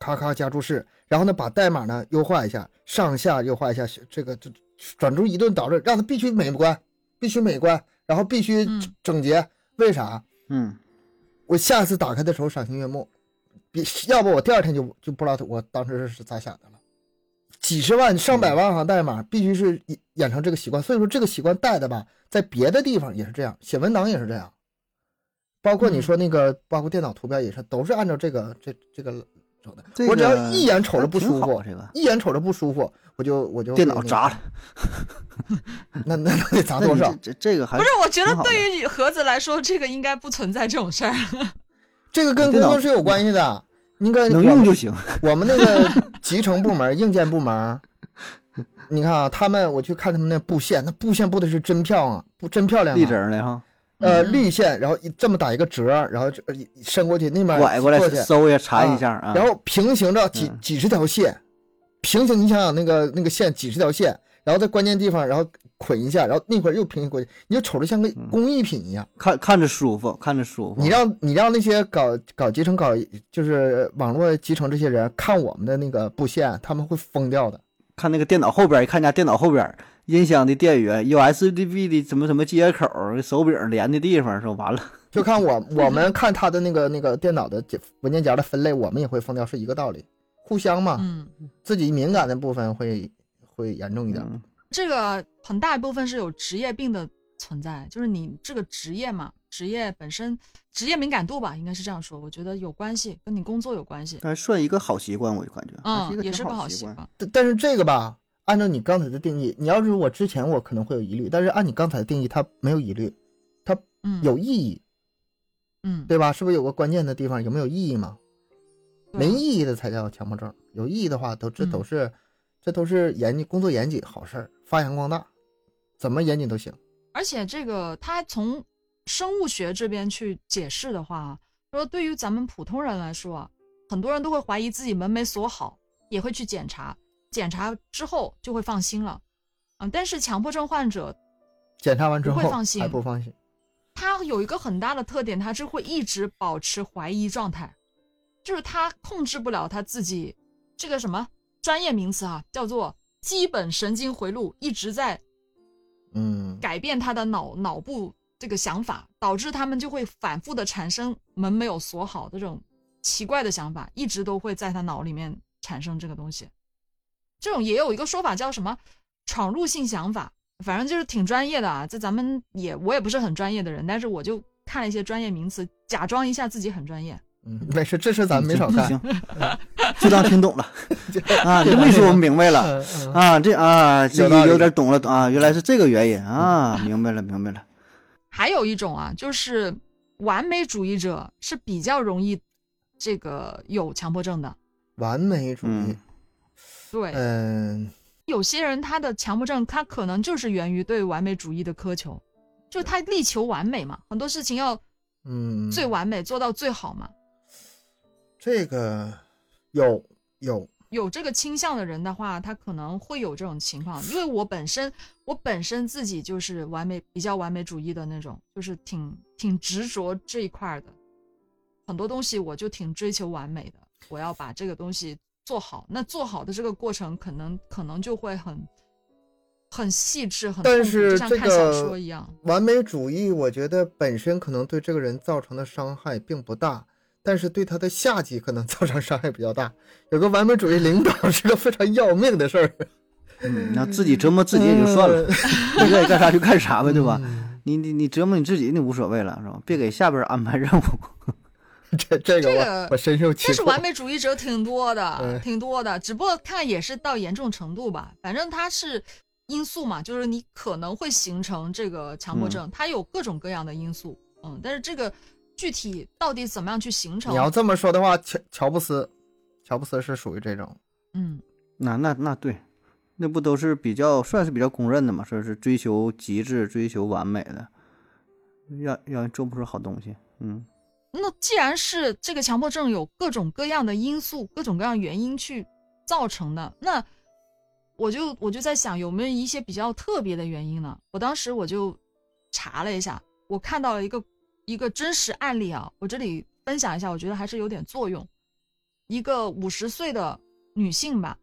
C: 咔咔加注释，然后呢把代码呢优化一下，上下优化一下，这个这转注一顿导论，让它必须美观，必须美观，然后必须
A: 嗯
C: 整洁。为啥？
B: 嗯，
C: 我下次打开的时候赏心悦目，比要不我第二天就就不知道我当时是咋想的了。几十万、上百
B: 嗯
C: 万行代码必须是养养成这个习惯，所以说这个习惯带的吧，在别的地方也是这样，写文档也是这样，包括你
A: 嗯
C: 说那个，包括电脑图标也是，都是按照这个这这个走的。
B: 这
C: 我只
B: 个
C: 要一眼瞅
B: 还
C: 着不
B: 挺
C: 舒
B: 好
C: 服，
B: 这个
C: 一眼瞅着不舒服，我就我就
B: 电脑砸了，
C: 那 那那得砸
B: 那
C: 多
B: 你
C: 少？
B: 这这这个还
A: 不是，我觉得
B: 哎挺好的
A: 对于盒子来说，这个应该不存在这种事儿。
C: 这个跟
B: 电脑
C: 工
B: 嗯
C: 作是有关系的。应该
B: 能用就行。
C: 我们那个集成部门、硬件部门，你看啊，他们我去看他们那布线，那布线布的是真漂亮，不真漂亮、
B: 立
C: 啊。
B: 正了哈，
C: 呃，
A: 嗯
C: 绿线，然后一这么打一个折，然后这呃一伸过去，那边
B: 拐过来
C: 去，
B: 搜一下缠一下啊。
C: 然后平行着几
B: 嗯
C: 几十条线，平行，你想想那个那个线几十条线，然后在关键地方，然后捆一下，然后那会儿又平行过去，你就瞅着像个工艺品一样。
B: 看看着舒服，看着舒服。
C: 你让你让那些搞搞集成、搞就是网络集成这些人看我们的那个布线，他们会疯掉的。
B: 看那个电脑后边，一看人家电脑后边音箱的电源，有 USB 的什么什么接口，手柄连的地方，说完了，
C: 就看我 我们看他的那个那个电脑的解文件夹的分类，我们也会封掉，是一个道理，互相嘛，
A: 嗯，
C: 自己敏感的部分会会严重一点。
B: 嗯
A: 这个很大一部分是有职业病的存在，就是你这个职业嘛，职业本身职业敏感度吧，应该是这样说，我觉得有关系，跟你工作有关系。
B: 但是算一个好习惯，我就感觉，还
A: 嗯，也
B: 是
A: 是
B: 一
A: 个
B: 挺
A: 好
B: 习
A: 习
B: 惯。
A: 惯。
C: 但但是这个吧，按照你刚才的定义，你要是我之前我可能会有疑虑，但是按你刚才的定义，它没有疑虑，
A: 嗯，
C: 有意义，
A: 嗯，
C: 对吧？是不是有个关键的地方有没有意义嘛？
A: 对啊
C: 没意义的才叫强迫症，有意义的话都这
A: 嗯
C: 都是、这都是严谨工作严谨好事儿，发扬光大，怎么严谨都行。
A: 而且这个他从生物学这边去解释的话，说对于咱们普通人来说啊，很多人都会怀疑自己门没锁好，也会去检查，检查之后就会放心了。嗯，但是强迫症患者
C: 检查完之
A: 不
C: 后
A: 会放心
C: 还不放心，
A: 他有一个很大的特点，他是会一直保持怀疑状态，就是他控制不了他自己这个什么专业名词啊，叫做基本神经回路一直在
C: 嗯，
A: 改变他的脑脑部这个想法，导致他们就会反复的产生门没有锁好的这种奇怪的想法，一直都会在他脑里面产生这个东西。这种也有一个说法叫什么闯入性想法，反正就是挺专业的啊。这咱们也我也不是很专业的人，但是我就看了一些专业名词，假装一下自己很专业。
C: 嗯，没事，这事咱们没少干。
B: 行，就当听懂了啊！你这么一
C: 没
B: 说，我们明白了。
C: 嗯嗯
B: 啊，这啊，这
C: 有道
B: 个
C: 理嗯
B: 有点懂了啊，原来是这个原因啊，明白了，明 白了。
A: 还有一种啊，就是完美主义者是比较容易这个有强迫症的。
C: 完美主义
B: 嗯，
A: 对，
C: 嗯，
A: 有些人他的强迫症，他可能就是源于对完美主义的苛求，就是他力求完美嘛，很多事情要
C: 嗯，
A: 最完美，做到最好嘛。
C: 这个有有，
A: 有这个倾向的人的话，他可能会有这种情况。因为我本身，我本身自己就是完美，比较完美主义的那种，就是挺挺执着这一块儿的，很多东西我就挺追求完美的，我要把这个东西做好。那做好的这个过程，可能可能就会很很细致，很
C: 但
A: 痛苦
C: 是
A: 就像
C: 这
A: 看小
C: 个
A: 说一样。
C: 完美主义，我觉得本身可能对这个人造成的伤害并不大，但是对他的下级可能造成伤害比较大。有个完美主义领导是个非常要命的事儿，
B: 嗯，那自己折磨 自己也就算了，你愿意干啥就干啥呗，对吧？
C: 嗯
B: 你你你折磨你自己，你无所谓了，是吧？别给下边安排任务。
C: 这这个
A: 这
C: 我、
A: 个
C: 我深受其
A: 但是
C: 苦。
A: 完美主义者挺多的
C: 嗯，
A: 挺多的，只不过看也是到严重程度吧。反正它是因素嘛，就是你可能会形成这个强
C: 嗯
A: 迫症，它有各种各样的因素。嗯，但是这个具体到底怎么样去形成
C: 你？要这么说的话，乔乔布斯，乔布斯是属于这种，
A: 嗯，
B: 那那那对，那不都是比较算是比较公认的嘛？说是追求极致、追求完美的，要要人做不出好东西。嗯，
A: 那既然是这个强迫症有各种各样的因素、各种各样原因去造成的，那我就我就在想有没有一些比较特别的原因呢？我当时我就查了一下，我看到了一个一个真实案例啊，我这里分享一下，我觉得还是有点作用。一个五十岁的女性吧，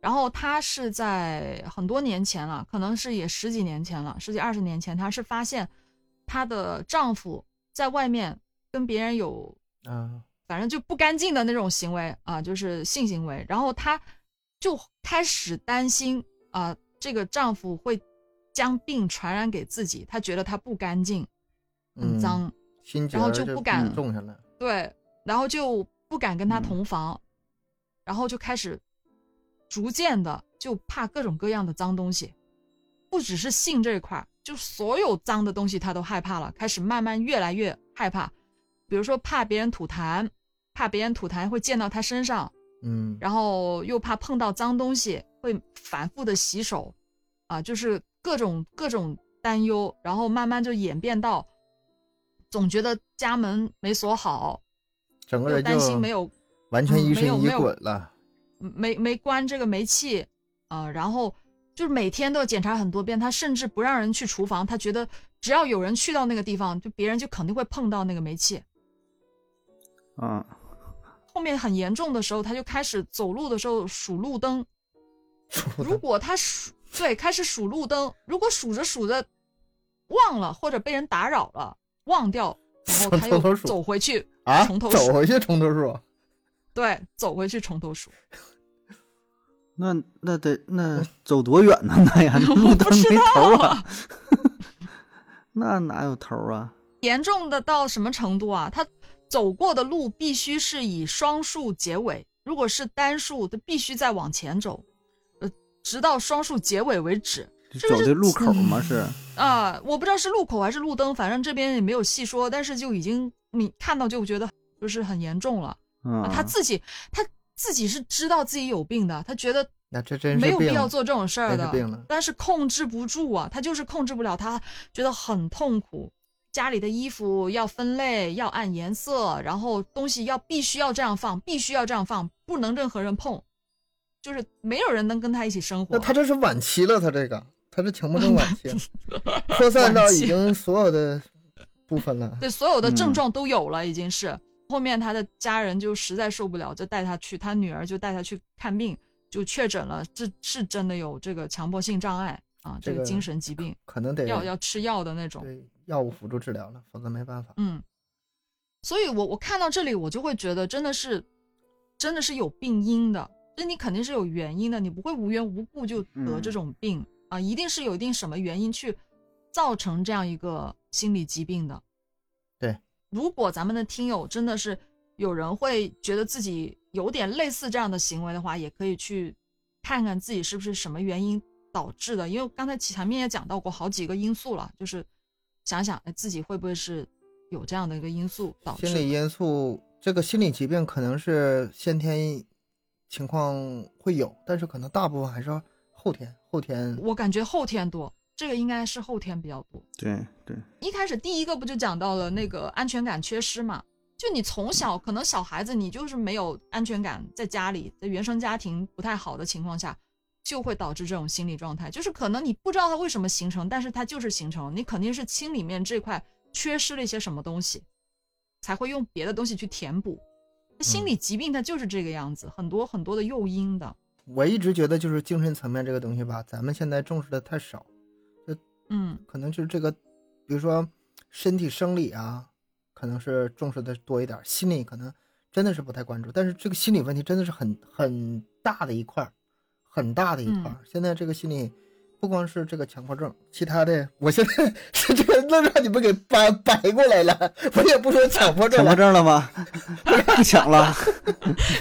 A: 然后她是在很多年前了，可能是也十几年前了，十几二十年前，她是发现她的丈夫在外面跟别人有
C: 啊，
A: 反正就不干净的那种行为啊，就是性行为。然后她就开始担心啊，这个丈夫会将病传染给自己，她觉得她不干净，很
C: 嗯，
A: 脏。
C: 心结
A: 然后
C: 儿
A: 就
C: 就
A: 不敢
C: 种下来。
A: 对，然后就不敢跟他
B: 嗯
A: 同房，然后就开始逐渐的就怕各种各样的脏东西，不只是性这一块儿，就所有脏的东西他都害怕了，开始慢慢越来越害怕，比如说怕别人吐痰，怕别人吐痰会溅到他身上，
C: 嗯，
A: 然后又怕碰到脏东西，会反复的洗手，啊，就是各种各种担忧，然后慢慢就演变到，总觉得家门没锁好，
C: 整个
A: 又
C: 人就
A: 担心没有
C: 完全
A: 嗯
C: 疑
A: 没有
C: 神疑
A: 没有
C: 鬼了。
A: 没没关这个煤气，啊，然后就是每天都要检查很多遍，他甚至不让人去厨房，他觉得只要有人去到那个地方，就别人就肯定会碰到那个煤气。
B: 啊，
A: 后面很严重的时候，他就开始走路的时候数路灯，如果他数对，开始数路灯。如果数着数着忘了，或者被人打扰了，忘掉，然后他
C: 从头
A: 又
C: 数
A: 走回去，
C: 啊，
A: 从头
C: 走
A: 数
C: 回去重头 数，
A: 对，走回去从头数。
B: 那那得那走多远呢？ 那呀，那路灯没头啊， 那哪有头啊？
A: 严重的到什么程度啊？他走过的路必须是以双数结尾，如果是单数，他必须再往前走，呃，直到双数结尾为止。这
B: 走
A: 是
B: 的路口吗？是
A: 啊、我不知道是路口还是路灯，反正这边也没有细说，但是就已经你看到就觉得就是很严重了。
B: 嗯
A: 啊，他自己他自己是知道自己有病的，他觉得
C: 那这真是
A: 没有必
C: 病
A: 要
C: 了
A: 做这种事
C: 真
A: 儿
C: 是
A: 的，
C: 病了。
A: 但是控制不住啊，他就是控制不了，他觉得很痛苦。家里的衣服要分类，要按颜色，然后东西要必须要这样放，必须要这样放，不能任何人碰，就是没有人能跟他一起生活。
C: 那他这是晚期了，他这个他这强迫症晚期， 扩散到已经所有的部分了。
A: 对所有的症
B: 嗯
A: 状都有了，已经是。后面他的家人就实在受不了，就带他去，他女儿就带他去看病，就确诊了，这是真的有这个强迫性障碍啊，
C: 这
A: 这个
C: 个
A: 精神疾病，
C: 可能得
A: 要要吃药的那种。
C: 对药物辅助治疗了，否则没办法。
A: 嗯，所以我我看到这里，我就会觉得真的是，真的是有病因的，就你肯定是有原因的，你不会无缘无故就得这
B: 嗯
A: 种病、啊，一定是有一定什么原因去造成这样一个心理疾病的。
C: 对，
A: 如果咱们的听友真的是有人会觉得自己有点类似这样的行为的话，也可以去看看自己是不是什么原因导致的，因为刚才前面也讲到过好几个因素了，就是想想哎自己会不会是有这样的一个因素导致
C: 心理
A: 的。
C: 因素，这个心理疾病可能是先天情况会有，但是可能大部分还是后天，后天
A: 我感觉后天多，这个应该是后天比较多。
B: 对对，
A: 一开始第一个不就讲到了那个安全感缺失嘛？就你从小可能小孩子你就是没有安全感，在家里在原生家庭不太好的情况下，就会导致这种心理状态。就是可能你不知道它为什么形成，但是它就是形成，你肯定是心里面这块缺失了一些什么东西，才会用别的东西去填补。心理疾病它就是这个样子，很多很多的诱因的。
C: 我一直觉得就是精神层面这个东西吧，咱们现在重视的太少，
A: 嗯
C: 可能就是这个，比如说身体生理啊，可能是重视的多一点，心理可能真的是不太关注。但是这个心理问题真的是很很大的一块儿，很大的一块儿。现在这个心理不光是这个强迫症，其他的，我现在 是这个愣让你们给掰掰过来了，我也不说强迫
B: 强
C: 症
B: 迫
C: 了，
B: 症了吗？ 不抢了，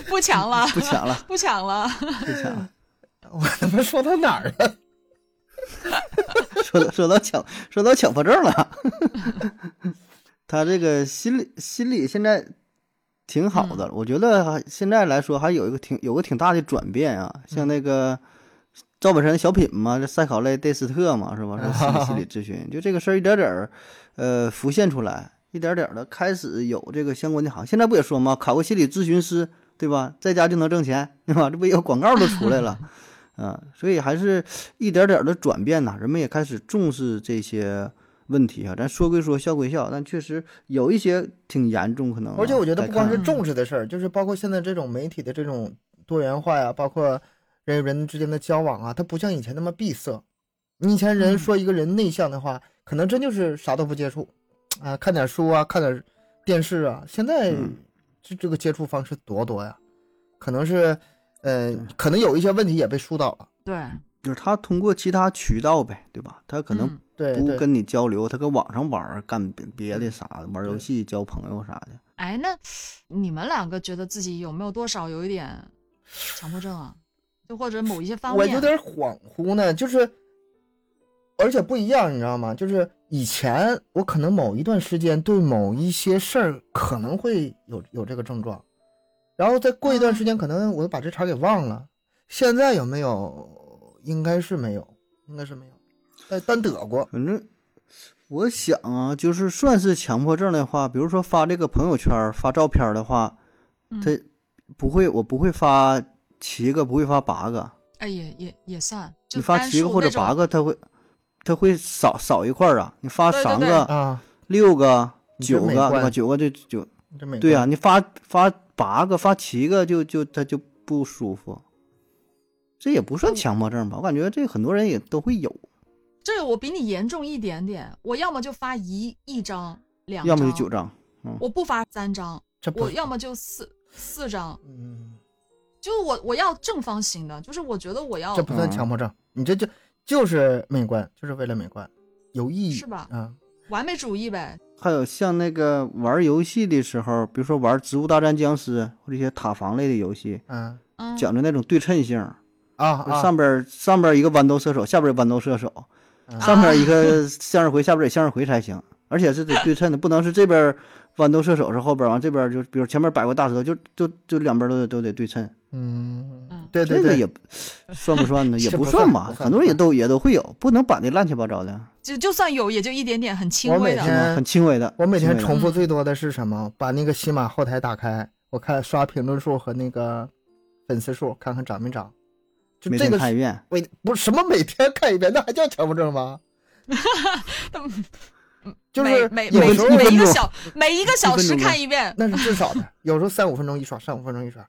A: 不抢了，
B: 不抢了，
A: 不抢了。
B: 不抢了。
C: 我他妈说到哪儿了？
B: 说到说到强说到强迫症了， 他这个心理心理现在挺好
C: 嗯
B: 的了，我觉得还现在来说还有一个挺有个挺大的转变啊，
C: 嗯
B: 像那个赵本山小品嘛，这赛考类戴斯特嘛， 是吧？是心理心理咨询，就这个事儿一点点儿呃浮现出来，一点点的开始有这个相关的行，现在不也说嘛，考个心理咨询师，对吧？在家就能挣钱，对吧？这不也有广告都出来 了。啊，所以还是一点点的转变呐、人们也开始重视这些问题啊。咱说归说，笑归笑，但确实有一些挺严重，可能啊。
C: 而且我觉得
B: 再
C: 不光
B: 看
C: 是重视的事儿，就是包括现在这种媒体的这种多元化呀，包括人与人之间的交往啊，它不像以前那么闭塞。你以前人
A: 嗯
C: 说一个人内向的话，可能真就是啥都不接触，啊、看点书啊，看点电视啊。现在
B: 嗯
C: 这这个接触方式多多呀，可能是，呃，可能有一些问题也被疏导了。
A: 对，
B: 就是他通过其他渠道呗，对吧？他可能
A: 嗯
C: 对
B: 不
C: 对，
B: 跟你交流，他搁网上玩儿，干别别的啥的，玩儿游
C: 对
B: 戏、交朋友啥的。
A: 哎，那你们两个觉得自己有没有多少有一点强迫症啊？就或者某一些方
C: 我
A: 面，
C: 有点恍惚呢，就是，而且不一样，你知道吗？就是以前我可能某一段时间对某一些事儿可能会有有这个症状，然后再过一段
A: 嗯
C: 时间，可能我就把这茬给忘了。现在有没有？应该是没有，应该是没有。但但得过，
B: 反正我想啊，就是算是强迫症的话，比如说发这个朋友圈儿发照片儿的话，
A: 嗯
B: 他不会，我不会发七个，不会发八个。
A: 哎，也也也算，就
B: 你发
A: 单
B: 七个
A: 数
B: 或者
A: 那种
B: 八，个，它会它会少少一块儿啊。你发
A: 对对
B: 三
A: 对
B: 个、
C: 啊，
B: 六个、
C: 你真
B: 九
C: 美
B: 个，对吧？
C: 观
B: 九个就九
C: 这没
B: 对
C: 呀、
B: 啊，你发发八个、发七个就就它就不舒服。这也不算强迫症吧？我感觉这很多人也都会有，
A: 这个我比你严重一点点，我要么就发一一张、两
B: 要
A: 张，
B: 么就九张。
A: 我不发三张，
C: 这不
A: 我要么就四四张，
C: 嗯，
A: 就我我要正方形的，就是我觉得我要
C: 这不算
B: 嗯
C: 强迫症，你这就就是美观，就是为了美观，有意义
A: 是吧
C: 嗯，
A: 完美主义呗，
B: 还有像那个玩游戏的时候，比如说玩《植物大战僵尸》或者一些塔防类的游戏，
C: 嗯
A: 嗯，
B: 讲究那种对称性，就
C: 啊啊，
B: 上边儿上边儿一个豌豆射手，下边儿一个豌豆射手，
C: 嗯
B: 上边儿一个向日葵，下边儿也向日葵才行，而且是得对称的，不能是这边儿豌豆射手是后边儿，完这边儿就比如前面摆个大石头，就就就两边儿都得都得对称，
C: 嗯
A: 嗯，
C: 对对
B: 这个
C: 对，
B: 也算不算呢？也
C: 是
B: 不
C: 不算
B: 吧，
C: 不算
B: 很多人
C: 不
B: 也都也都会有，不能板的乱七八糟的，
A: 就就算有，也就一点点，很轻
C: 我
A: 微
C: 每
A: 的
B: 是。吧
C: 天
B: 很轻微的。
C: 呃我每天
B: 轻微的
C: 重复最多的是什么？把那个喜马后台打开，我看刷评论数和那个粉丝数，看看涨没涨。就
B: 每
C: 这
B: 天
C: 个
B: 看一遍，
C: 每不是什么每天看一遍，那还叫强迫症吗？就是
A: 每每
C: 有
A: 每
C: 时候
A: 每一
B: 一分
A: 个
B: 钟
A: 小每一个小
B: 一
A: 时
B: 分钟
A: 看一遍
C: 那是至少的，有时候三五分钟一刷，三五分钟一刷，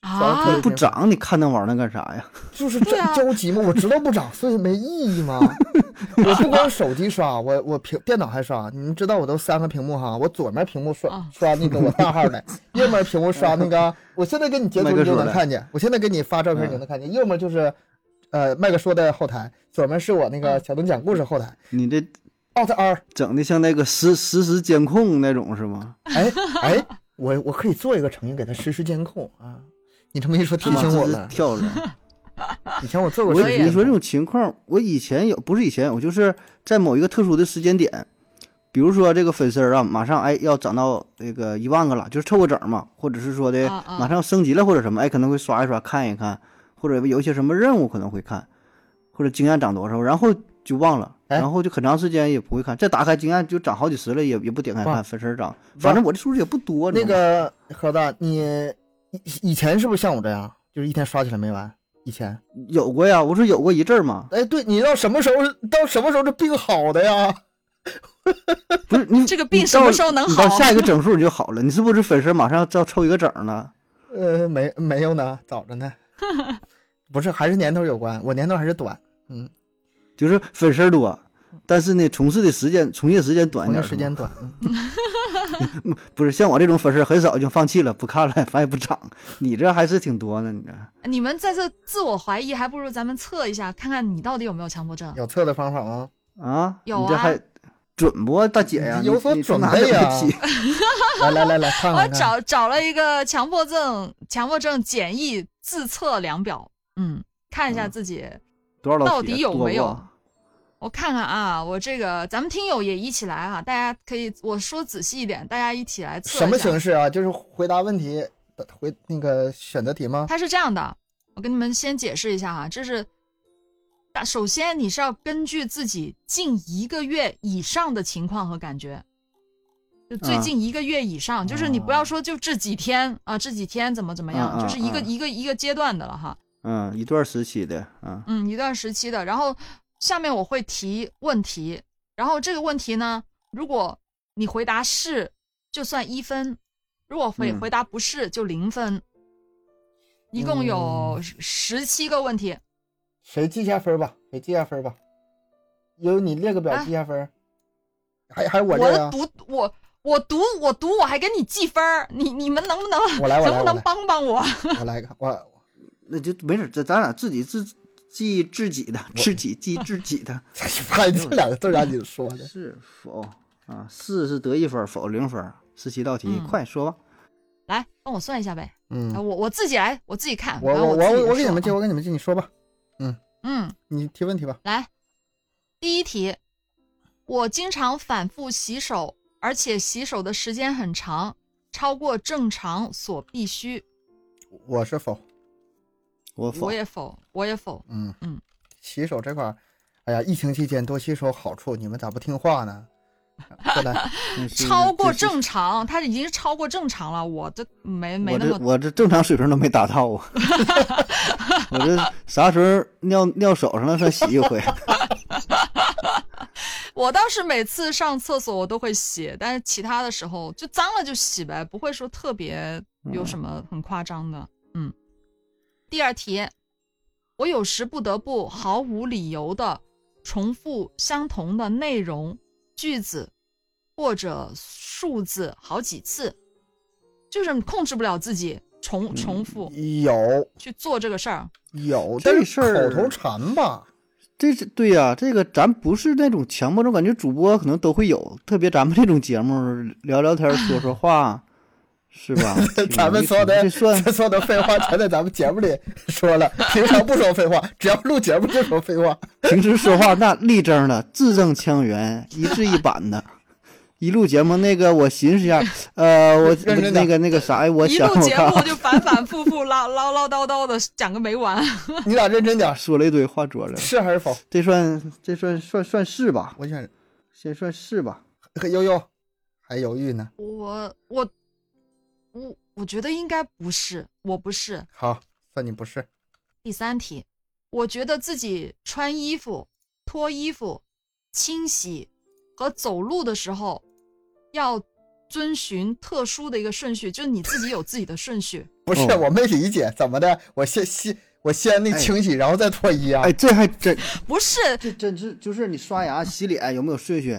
A: 啊
C: 特别
B: 不涨你看那玩意儿能干啥呀？
C: 就是
A: 对
C: 这
A: 啊
C: 着急嘛。我知道不涨，所以没意义嘛。 我不光手机刷，我我屏电脑还刷。你们知道我都三个屏幕哈，我左面屏幕刷、
A: 啊
C: 刷那个我大 号的，右面屏幕刷那个。我现在给你截图
B: 麦克
C: 你就
B: 说
C: 能
B: 的嗯
C: 看见，我现在给你发照片你就能看见。右面就是，呃，麦克说的后台，左面是我那
A: 嗯
C: 个小东讲故事后台。
B: 你这
C: Alt R，
B: 整的像那个实实时监控那种是吗？
C: 哎哎，我我可以做一个成语给它实时监控啊。你这么一说提
B: 妈
C: 醒我
B: 这是
C: 了，
B: 跳了。
C: 以前我做过
B: 我
C: 这
A: 是
C: 个
A: 可以
B: 你
C: 事情
B: 说这种情况，我以前有，不是以前，我就是在某一个特殊的时间点，比如说这个粉丝儿啊，马上哎要涨到那个一万个了，就是凑个整儿嘛，或者是说的
A: 啊啊
B: 马上要升级了或者什么，哎可能会刷一刷看一看，或者有一些什么任务可能会看，或者经验涨多少，然后就忘了，
C: 哎
B: 然后就很长时间也不会看，再打开经验就涨好几十了，也也不点开
C: 哇
B: 看，粉丝儿涨，反正我这数字也不多，
C: 那
B: 你知道吗
C: 个盒子，啊你以以前是不是像我这样，就是一天刷起来没完？以前，
B: 有过呀，我说有过一阵儿嘛，
C: 哎，对你到什么时候，到什么时候这病好的呀？
B: 不是你
A: 这个病
B: 你
A: 什
B: 到
A: 么时候能
B: 你到
A: 好啊
B: 下一个整数你就好了，你是不是粉丝马上要要凑一个整儿了？
C: 呃，没没有呢，早着 呢。不是，还是年头有关，我年头还是短，
B: 就是粉丝多，但是呢，从事的时间从业时间短一
C: 同一
B: 点，
C: 时间短。嗯
B: 不是像我这种粉丝很少，已经放弃了，不看了，反正也不涨。你这还是挺多呢，你这
A: 你们在这自我怀疑，还不如咱们测一下，看看你到底有没有强迫症。
C: 有测的方法 吗？
B: 啊，
A: 有啊
B: 你这还准不，啊大姐呀？
C: 你
B: 你
C: 有所
B: 你从哪
C: 准备
B: 整
C: 呀
B: 得起
C: 来来来来，看
A: 我
C: 看看。
A: 找找了一个强迫症强迫症简易自测量表，嗯，看一下
B: 嗯
A: 自己，
B: 多少老
A: 到
B: 铁
A: 底有
B: 多
A: 没有
B: 不
A: 我看看啊，我这个咱们听友也一起来啊，大家可以我说仔细一点，大家一起来测一下。
C: 什么形式啊？就是回答问题，回那个选择题吗？
A: 它是这样的，我跟你们先解释一下哈、这是大首先你是要根据自己近一个月以上的情况和感觉，就最
B: 嗯
A: 近一个月以上，就是你不要说就这几天啊，这几天怎么怎么样，
B: 啊嗯嗯
A: 就是一个、
B: 嗯
A: 一个一个阶段的了哈，
B: 嗯，一段时期的，嗯
A: 嗯，一段时期的。然后下面我会提问题，然后这个问题呢，如果你回答是，就算一分；如果回、
B: 嗯
A: 回答不是，就零分。一共有
C: 嗯
A: 十七个问题，
C: 谁记下分儿吧？谁记下分儿吧？由你列个表
A: 啊
C: 记下分儿，还还是我
A: 我
C: 这
A: 的
C: 样？
A: 读我我读我读我还给你记分儿，你你们能不能
C: 我来
A: 能
C: 我来
A: 不
C: 我
A: 能
C: 来
A: 帮帮我？
C: 啊我来一个，我
B: 那就没事，这咱俩自己自记自己的，自己记自己的，
C: 看这俩字让你说的。
B: 是否啊？是是得一分，否零分，十七道题，
A: 嗯
B: 快说吧。
A: 来帮我算一下呗，
C: 嗯
A: 啊，我我自己来，我自己看，
C: 我
A: 然后
C: 我
A: 自己
C: 我我给
A: 说
C: 你们
A: 啊
C: 记，我给你们记，你说吧，
A: 嗯，
C: 你提问题吧。
A: 来，第一题，我经常反复洗手，而且洗手的时间很长，超过正常所必须。
C: 我是否？
B: 我否
A: 我也否，我也否。
C: 嗯
A: 嗯，
C: 洗手这块儿，哎呀，疫情期间多洗手好处，你们咋不听话呢？再来，
B: 那 是
A: 超过
B: 这是
A: 正常，他已经是超过正常了，我这没没
B: 我
A: 那
B: 这
A: 么
B: 我这正常水平都没达到 啊！ 我这啥时候尿尿手上了，再洗一回。
A: 我倒是每次上厕所我都会洗，但是其他的时候就脏了就洗呗，不会说嗯特别有什么很夸张的。嗯，第二题，我有时不得不毫无理由的重复相同的内容、句子或者数字好几次，就是控制不了自己
B: 嗯
A: 重重复
C: 有
A: 去做这个事儿。
C: 有，
B: 这
C: 但
B: 事
C: 是
B: 儿
C: 口头禅吧，？
B: 这是对呀、这个咱不是那种强迫症，感觉主播可能都会有，特别咱们这种节目聊聊天儿、说说话，是吧
C: 咱们所有的
B: 这算
C: 所有的废话全在咱们节目里说了，平常不说废话，只要录节目就说废话。
B: 平时说话那立正的，字正腔圆，一字一板的。一录节目那个，我寻思一下，呃， 我
C: 认真点
B: 那个那个啥，哎，我
A: 一
B: 想
A: 录
B: 我
A: 节目
B: 看
A: 就反反复复唠唠唠叨叨的讲个没完。
C: 你俩认真点，
B: 啊说了一堆话桌子，
C: 是还是否？
B: 这算这算算算是吧，
C: 我选
B: 先算是吧。
C: 嘿悠悠，还犹豫呢。
A: 我我我我觉得应该不是，我不是。
C: 好，算你不是。
A: 第三题，我觉得自己穿衣服、脱衣服、清洗和走路的时候，要遵循特殊的一个顺序，就是你自己有自己的顺序。
C: 不是，
B: 哦
C: 我没理解怎么的，我先先我先那
B: 哎
C: 清洗，然后再脱衣啊
B: 哎，。这还真
A: 不是
B: 这真是就是你刷牙洗脸有没有顺序？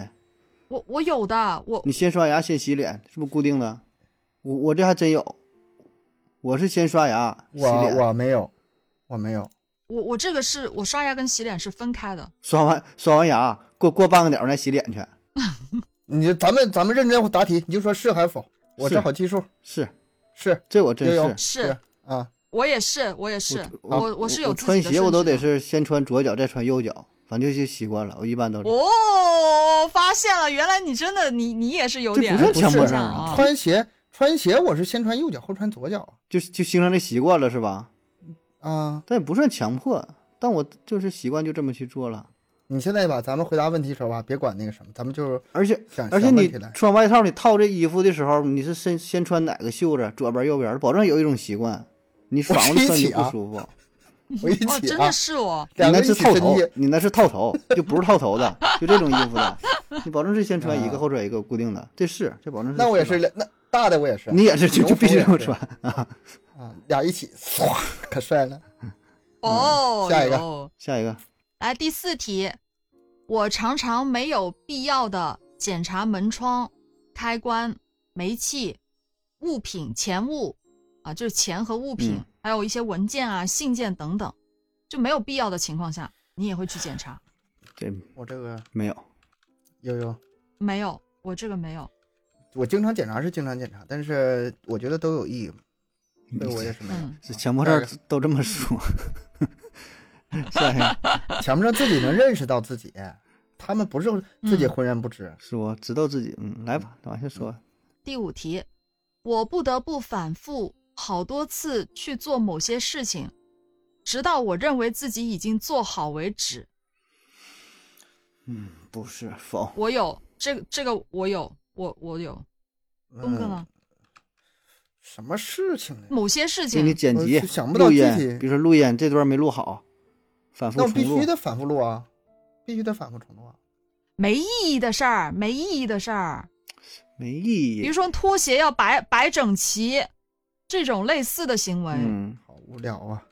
A: 我，我有的，我
B: 你先刷牙，先洗脸，是不是固定的？我我这还真有，我是先刷牙，洗
C: 我
B: 脸，
C: 我没有，我没有。
A: 我我这个是我刷牙跟洗脸是分开的。
B: 刷完刷完牙，过过半个点儿再洗脸去。
C: 你就咱们咱们认真答题，你就说是还是否？我
B: 是
C: 正好记数，
B: 是，
C: 是
B: 这我真
C: 悠悠
B: 是。
A: 是
C: 啊。
A: 我也是，我也是，
B: 我
A: 我
B: 我
A: 是有自己
B: 穿
A: 的
B: 鞋我都
A: 顺
B: 得
A: 序的
B: 是先穿左脚再穿右脚，反正就习惯了。我一般都是。
A: 哦，发现了，原来你真的你你也是有
B: 这
A: 点
B: 不是强迫
A: 像
B: 症
A: 啊
B: 啊，
C: 穿鞋穿鞋，我是先穿右脚后穿左脚
B: 就就形成这习惯了是吧？
C: 啊。
B: 但也不算强迫，但我就是习惯就这么去做了。
C: 你现在吧，咱们回答问题的时候吧，别管那个什么，咱们就是
B: 而且
C: 想
B: 而且
C: 想问
B: 你
C: 题来
B: 穿外套，你套这衣服的时候，你是先先穿哪个袖子，左边右边，保证有一种习惯，你反过来穿就不舒服。
C: 我一
A: 哦，
C: 起
A: 真
C: 啊
A: 的，是我，
B: 你
C: 两个
B: 那
C: 人
B: 是
C: 一起
B: 套头
C: 伸，
B: 你那是套头，就不是套头的，就这种衣服的，你保证是先穿一个，
C: 啊
B: 后穿一个固定的，这是这保证是。
C: 那我也是，，那大的我也是，
B: 你也是就就必须这么穿。
C: 啊，俩一起，唰，可帅了。
A: 哦，
C: 嗯下一个
A: 有
B: 下一个，
A: 来第四题，我常常没有必要的检查门窗、开关、煤气、物品、钱物啊，就是钱和物品，
B: 嗯
A: 还有一些文件啊、信件等等，就没有必要的情况下，你也会去检查？
B: 这
C: 我这个
B: 没有，
C: 悠悠，
A: 没有，我这个没有。
C: 我经常检查是经常检查，但是我觉得都有意义。对我也是没有。
A: 嗯，
B: 这强迫症都这么说。 下一个
C: 前面让自己能认识到自己，他们不是自己浑然不知。
B: 是我知道自己，嗯，来吧，往下说。
A: 第五题，我不得不反复好多次去做某些事情，直到我认为自己已经做好为止。
B: 嗯，不是否。
A: 我有这个，这个我有，我我有。东哥
C: 嗯
A: 呢？
C: 什么事情呢？
A: 某些事
B: 给
A: 情，
B: 你剪
C: 我
B: 辑、
C: 是想不到
B: 录
C: 具
B: 音
C: 体
B: 比如说录音这段没录好，反复
C: 那我
B: 重
C: 必须
B: 录。
C: 得反复录啊，必须得反复重录啊。
A: 没意义的事儿，没意义的事儿，
B: 没意
A: 比
B: 义
A: 如。说拖鞋要摆摆整齐，这种类似的行为，
B: 嗯，
C: 好无聊啊！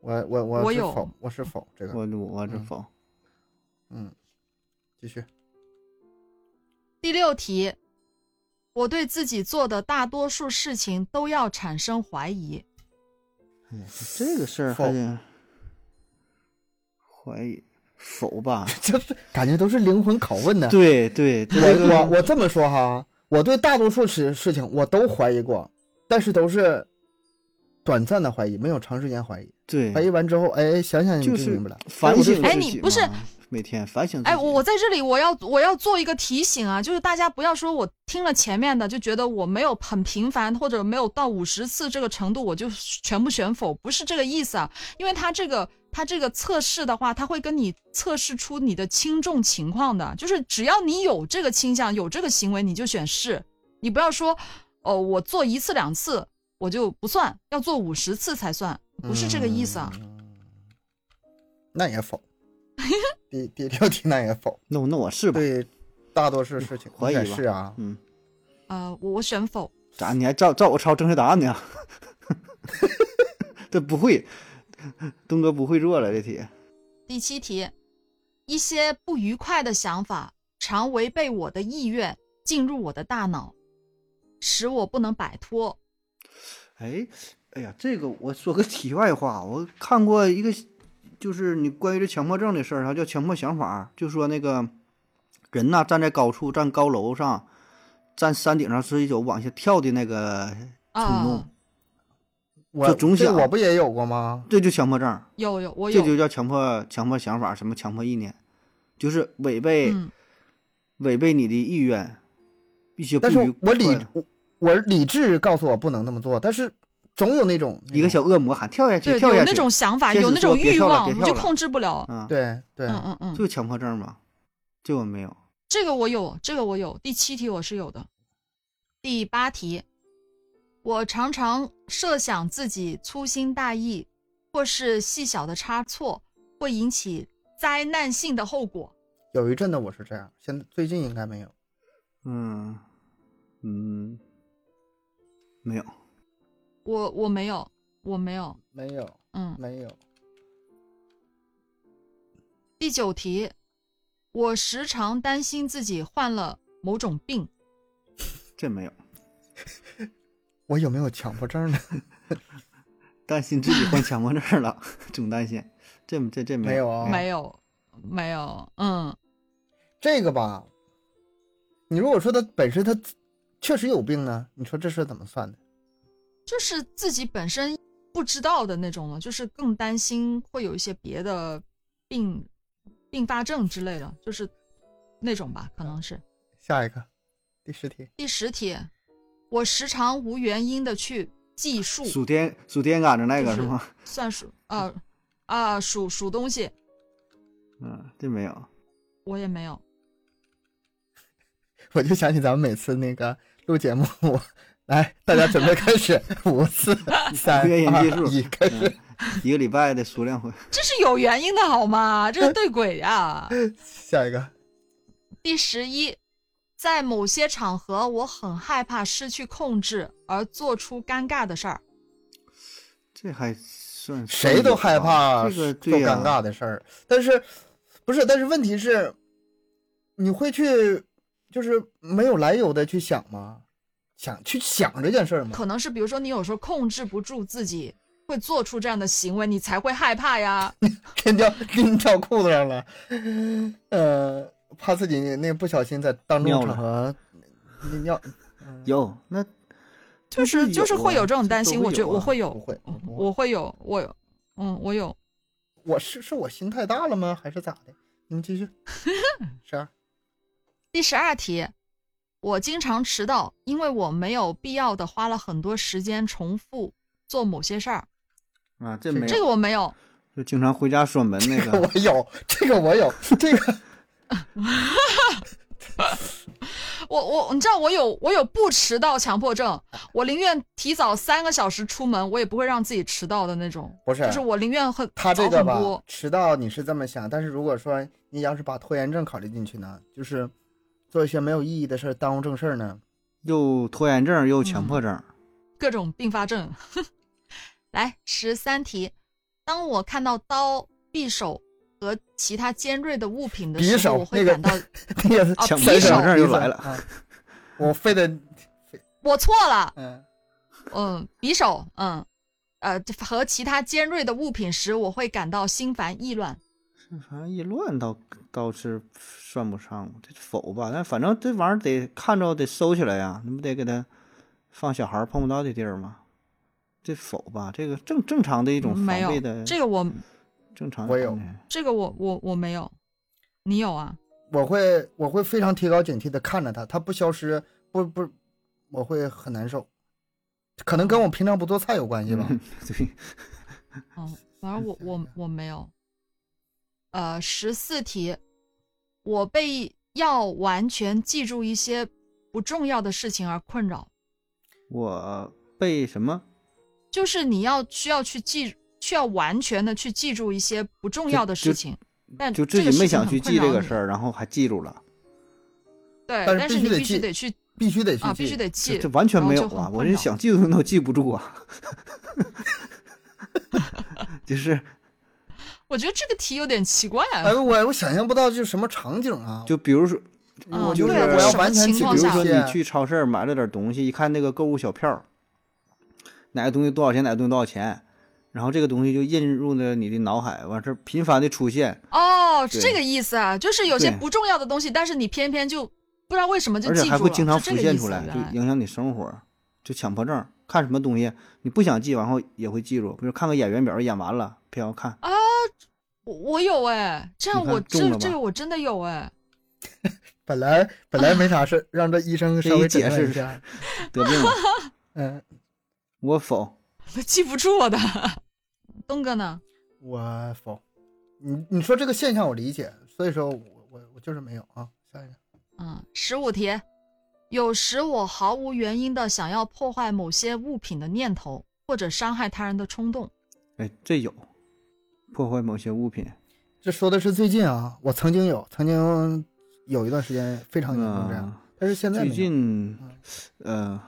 C: 我我我
A: 我
C: 是
A: 有
C: 否我是否这
A: 哎
C: 个
B: 我我这
C: 嗯
B: 否？
C: 嗯，继续
A: 第六题，我对自己做的大多数事情都要产生怀疑。
B: 这个事儿还
C: 否
B: 得怀疑否吧？
C: 就是感觉都是灵魂拷问呢。
B: 对对，这
C: 我我
B: 个
C: 我这么说哈，我对大多数事事情我都怀疑过，但是都是短暂的怀疑，没有长时间怀疑。怀疑
B: 对，
C: 完之后，哎，想想
B: 嗯
C: 你
B: 就
C: 明
B: 是
C: 白了。
B: 反省自己嘛。
A: 哎你不是
B: 每天反省自己？
A: 哎，我我在这里我要我要做一个提醒啊，就是大家不要说我听了前面的就觉得我没有很频繁或者没有到五十次这个程度，我就全部选否，不是这个意思啊。因为它这个它这个测试的话，它会跟你测试出你的轻重情况的，就是只要你有这个倾向，有这个行为，你就选是，你不要说哦，我做一次两次我就不算，要做五十次才算，不是这个意思啊。
C: 嗯。那 也否，第第六题那也否，
B: 那我那我是吧？
C: 对，大多数事情
B: 怀疑吧
C: 应该是啊，
B: 嗯，
A: 呃，我我选
B: 啊
A: 否。
B: 咋你还照照我抄正确答案呢？这不会，东哥不会做了这题，
A: 第七题，一些不愉快的想法常违背我的意愿进入我的大脑，使我不能摆脱。
B: 哎，哎呀，这个我说个题外话，我看过一个，就是你关于这强迫症的事儿，它叫强迫想法，就说那个人呐、站在高处，站高楼上，站山顶上是一种往下跳的那个冲动，
A: 啊，
C: 我
B: 就总
C: 这
B: 想
C: 我不也有过吗？
B: 这就强迫症，
A: 有有我
C: 哎
B: 这
A: 有，
B: 就叫强迫强迫想法，什么强迫意念，就是违背、
A: 嗯
B: 违背你的意愿，一些不
C: 但是
B: 愉
C: 我理
B: 快的
C: 我我理智告诉我不能那么做，但是总有那种
B: 一个小恶魔喊跳下去，
A: 对，
B: 跳
A: 有
B: 下
A: 那
B: 去，
A: 种想法，
B: 天使
A: 有那种
B: 说别
A: 欲
B: 跳了
A: 望，
B: 别
A: 我就
B: 跳了
A: 控制不了。
B: 嗯，
C: 对对，
A: 嗯嗯嗯，
B: 就强迫症嘛，这我没有。
A: 这个我有，这个我有。第七题我是有的。第八题，我常常设想自己粗心大意或是细小的差错会引起灾难性的后果。
C: 有一阵子我是这样，现在最近应该没有。
B: 嗯嗯，没有。
A: 我我没有，我没有。
C: 没有，
A: 嗯，
C: 没有。
A: 第九题，我时常担心自己患了某种病。
B: 这没有，
C: 我有没有强迫症呢？
B: 担心自己患强迫症了， 总担心，这这这
C: 没
B: 有
C: 有啊
A: 没有，没有。嗯，
C: 这个吧，你如果说他本身他确实有病呢，你说这事怎么算的？
A: 就是自己本身不知道的那种了，就是更担心会有一些别的病并发症之类的，就是那种吧，可能是。
C: 下一个，第十题，
A: 第十题，我时常无原因的去计数、
B: 数天数天杆子那
A: 就
B: 个
A: 是
B: 是吗？
A: 算数，啊啊数数东西，
B: 嗯，这没有。
A: 我也没有。
C: 我就想起咱们每次那个录节目，我来大家准备开始，五 四三
B: 不愿意
C: 哎二
B: 计数
C: 一，开始。
B: 嗯一个礼拜得数两回。
A: 这是有原因的好吗？这是对鬼呀、
C: 下一个，
A: 第十一，在某些场合，我很害怕失去控制而做出尴尬的事儿。
B: 这还算啊
C: 谁都害怕
B: 这个
C: 做
B: 对呀、
C: 尴尬的事儿，但是不是？但是问题是，你会去就是没有来由的去想吗？想去想这件事儿吗？
A: 可能是比如说你有时候控制不住自己，会做出这样的行为，你才会害怕呀。
C: 真掉 真掉裤子上了，呃，怕自己那个不小心在当众
B: 尿
C: 场合尿
B: 有那
A: 就是
B: 有
A: 就是会有
B: 啊
A: 这种担心，
B: 都
A: 我觉得我
B: 啊
A: 会
C: 不
A: 有，
C: 会，我不会
A: 我会有，我有，嗯，我有。
C: 我是是我心太大了吗？还是咋的？你们 继续，啊十二
A: 第十二题，我经常迟到，因为我没有必要的花了很多时间重复做某些事儿。
B: 啊，这没有。
A: 这个我没有，
B: 就经常回家锁门那 个，
C: 我有这个我有这 个
A: 我我你知道我有我有不迟到强迫症，
C: 啊
A: 我宁愿提早三个小时出门，我也不会让自己迟到的那种。
C: 不是
A: 就是我宁愿很
C: 他这
A: 早
C: 个
A: 很
C: 吧
A: 多，
C: 迟到你是这么想，但是如果说你要是把拖延症考虑进去呢，就是做一些没有意义的事儿，耽误正事儿呢，
B: 又拖延症又强
A: 嗯
B: 迫症，
A: 各种并发症。 来，十三题，当我看到刀、匕首和其他尖锐的物品的
C: 匕
A: 时候，
C: 手
A: 我会
C: 那个
A: 感到
C: 你也是
A: 啊
B: 强
A: 匕
B: 迫
A: 首
B: 症又来了。
C: 啊，我
A: 嗯
C: 非得
A: 我错了，
C: 嗯
A: 嗯，匕首，嗯，呃，和其他尖锐的物品时，我会感到心烦意乱。嗯
B: 反正意乱倒倒是算不上，这否吧？但反正这玩意儿得看着得收起来呀，你不得给它放小孩儿碰不到的地儿吗？这否吧？这个正正常的一种
A: 嗯没
B: 防
A: 有
B: 备的，
A: 这个我
C: 嗯
B: 正常
C: 我有
B: 的
A: 这个我我我没有，你有啊？
C: 我会我会非常提高警惕的看着他，他不消失，不不，我会很难受，可能跟我平常不做菜有关系 吧。
B: 嗯对，
A: 嗯，反正我我我没有。呃，十四题，我被要完全记住一些不重要的事情而困扰，
B: 我被什么
A: 就是你要需要去记，需要完全的去记住一些不重
B: 就
A: 要的
B: 就
A: 事情，但
B: 就
A: 嗯这
B: 自
A: 个
B: 己没
A: 事情
B: 想
A: 很
B: 去
A: 困
B: 记
A: 扰
B: 这个
A: 你
B: 事儿，然后还记住了，
A: 对，
C: 但是
A: 但
C: 必
A: 是
C: 须
A: 你
C: 得
A: 必须
C: 记
A: 得去
C: 必须得去
A: 啊，
C: 记，
A: 必须得记，
B: 这这完全
A: 然后
B: 没有
A: 就很
B: 啊！我
A: 困
B: 这
A: 扰
B: 想记住都记不住啊。就是
A: 我觉得这个题有点奇怪、
C: 哎，我我想象不到就是什么场景啊，
B: 就比如说，
A: 嗯
C: 我就是
B: 对啊
C: 我要
B: 什么
C: 完全
A: 情
C: 去，
A: 况
B: 比如
A: 下
B: 说
C: 去
B: 你去超市买了点东西，一看那个购物小票儿，哪个东西多少钱，哪个东西多少钱，然后这个东西就印入了你的脑海，完事儿频繁的出现，
A: 哦，是
B: 对
A: 这个意思啊，就是有些
B: 对
A: 不重要的东西，但是你偏偏就不知道为什么就
B: 而且
A: 记住
B: 还
A: 了，
B: 会经常
A: 是
B: 浮
A: 这个
B: 现
A: 意思
B: 出来，
A: 原
B: 就
A: 来
B: 影响你生活，就强迫症。看什么东西你不想记，完后也会记住，比如看个演员表，演完了偏要看，
A: 啊我我有哎、这样
B: 你看
A: 我
B: 中
A: 这
B: 了吧
A: 这个我真的有哎、
C: 本来本来没啥事，让这医生稍微
B: 这一解
C: 诊断
B: 释
C: 一下。
B: 得病了。
C: 嗯，
B: 我否，
A: 我记不住我的。东哥呢？
C: 我否。你你说这个现象我理解，所以说我我我就是没有啊。下一个，
A: 嗯，十五题，有时我毫无原因的想要破坏某些物品的念头，或者伤害他人的冲动。
B: 哎，这有破坏某些物品，
C: 这说的是最近啊，我曾经有，曾经有一段时间非常严重这样，
B: 嗯，
C: 但是现在没
B: 最
C: 有
B: 近
C: 嗯，
B: 呃，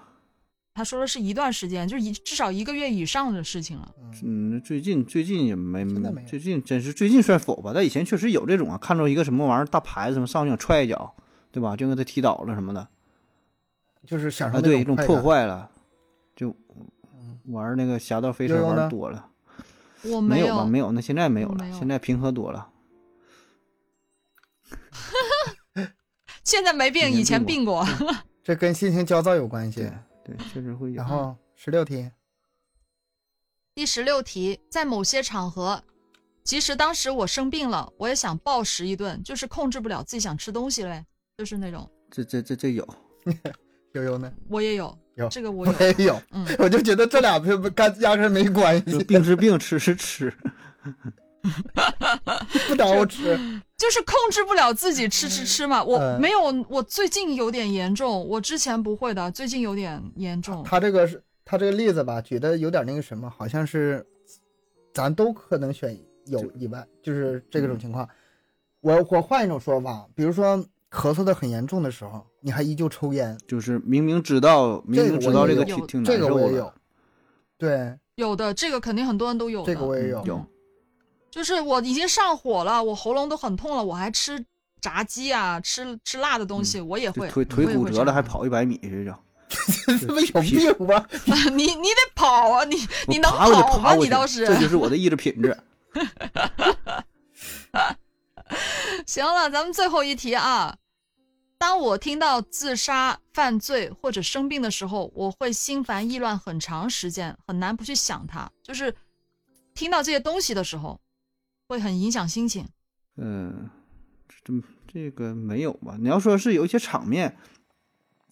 A: 他说的是一段时间，就是一至少一个月以上的事情了。
C: 嗯
B: 嗯，最近最近也没
C: 现在没有
B: 最近真是最近算否吧，但以前确实有这种啊，看着一个什么玩意儿大牌子什么，上去想踹一脚，对吧？就给他踢倒了什么的
C: 就是享受
B: 啊，对，一
C: 那
B: 种
C: 快
B: 破
C: 感。
B: 坏了，就
C: 嗯
B: 玩儿那个侠盗飞
C: 悠
B: 车
C: 悠
B: 玩
C: 呢
B: 儿多了，
A: 我
B: 没
A: 有，
B: 吧？没有，那现在没有
A: 没
B: 了，
A: 有
B: 现在平和多了。
A: 现在没病，
B: 以
A: 以
B: 前
A: 前
B: 病
A: 病过。
C: 这跟心情焦躁有关系
B: 对。对，确实会有
C: 然。后十六题，
A: 第十六题，在某些场合，其实当时我生病了，我也想暴食一顿，就是控制不了自己想吃东西嘞，就是那种。
B: 这这这这 有，
C: 悠悠呢？
A: 我也有，
C: 有
A: 这个我
C: 我
A: 有，
C: 也有，
A: 嗯，
C: 我就觉得这俩不干压根儿没关
B: 就
C: 系，
B: 病是病，吃是吃，
C: 不着吃。
A: 就是控制不了自己吃吃吃嘛。我
C: 嗯
A: 没有，我最近有点严重，我之前不会的，最近有点严重。
C: 他这个是他这个例子吧，举的有点那个什么，好像是咱都可能选有以外，就是这
B: 嗯
C: 种情况。我我换一种说法，比如说咳嗽的很严重的时候，你还依旧抽烟，
B: 就是明明知道明
C: 这个
B: 明知
C: 我
B: 道
C: 也
B: 这个
A: 有
B: 挺挺难
C: 这个
B: 受
C: 我也
B: 的
C: 有，。对，
A: 有的，这个肯定很多人都有的。
C: 这个我也有
B: 嗯。有
A: 就是我已经上火了，我喉咙都很痛了，我还吃炸鸡啊，吃吃辣的东西，我也
B: 嗯就
A: 会。
B: 腿
A: 我
B: 腿
A: 也
B: 骨
A: 会这
B: 折了
A: 样
B: 还跑一百米，这叫
C: 这他妈有病吧？
A: 你你得跑啊，你
B: 我
A: 你能
B: 爬我就
A: 跑吗？
B: 爬
A: 你
B: 过去
A: 倒是。
B: 这就是我的意志品质。
A: 行了，咱们最后一题啊。当我听到自杀、犯罪或者生病的时候，我会心烦意乱很长时间，很难不去想它。就是听到这些东西的时候，会很影响心情。
B: 嗯，这这个没有吧？你要说是有一些场面，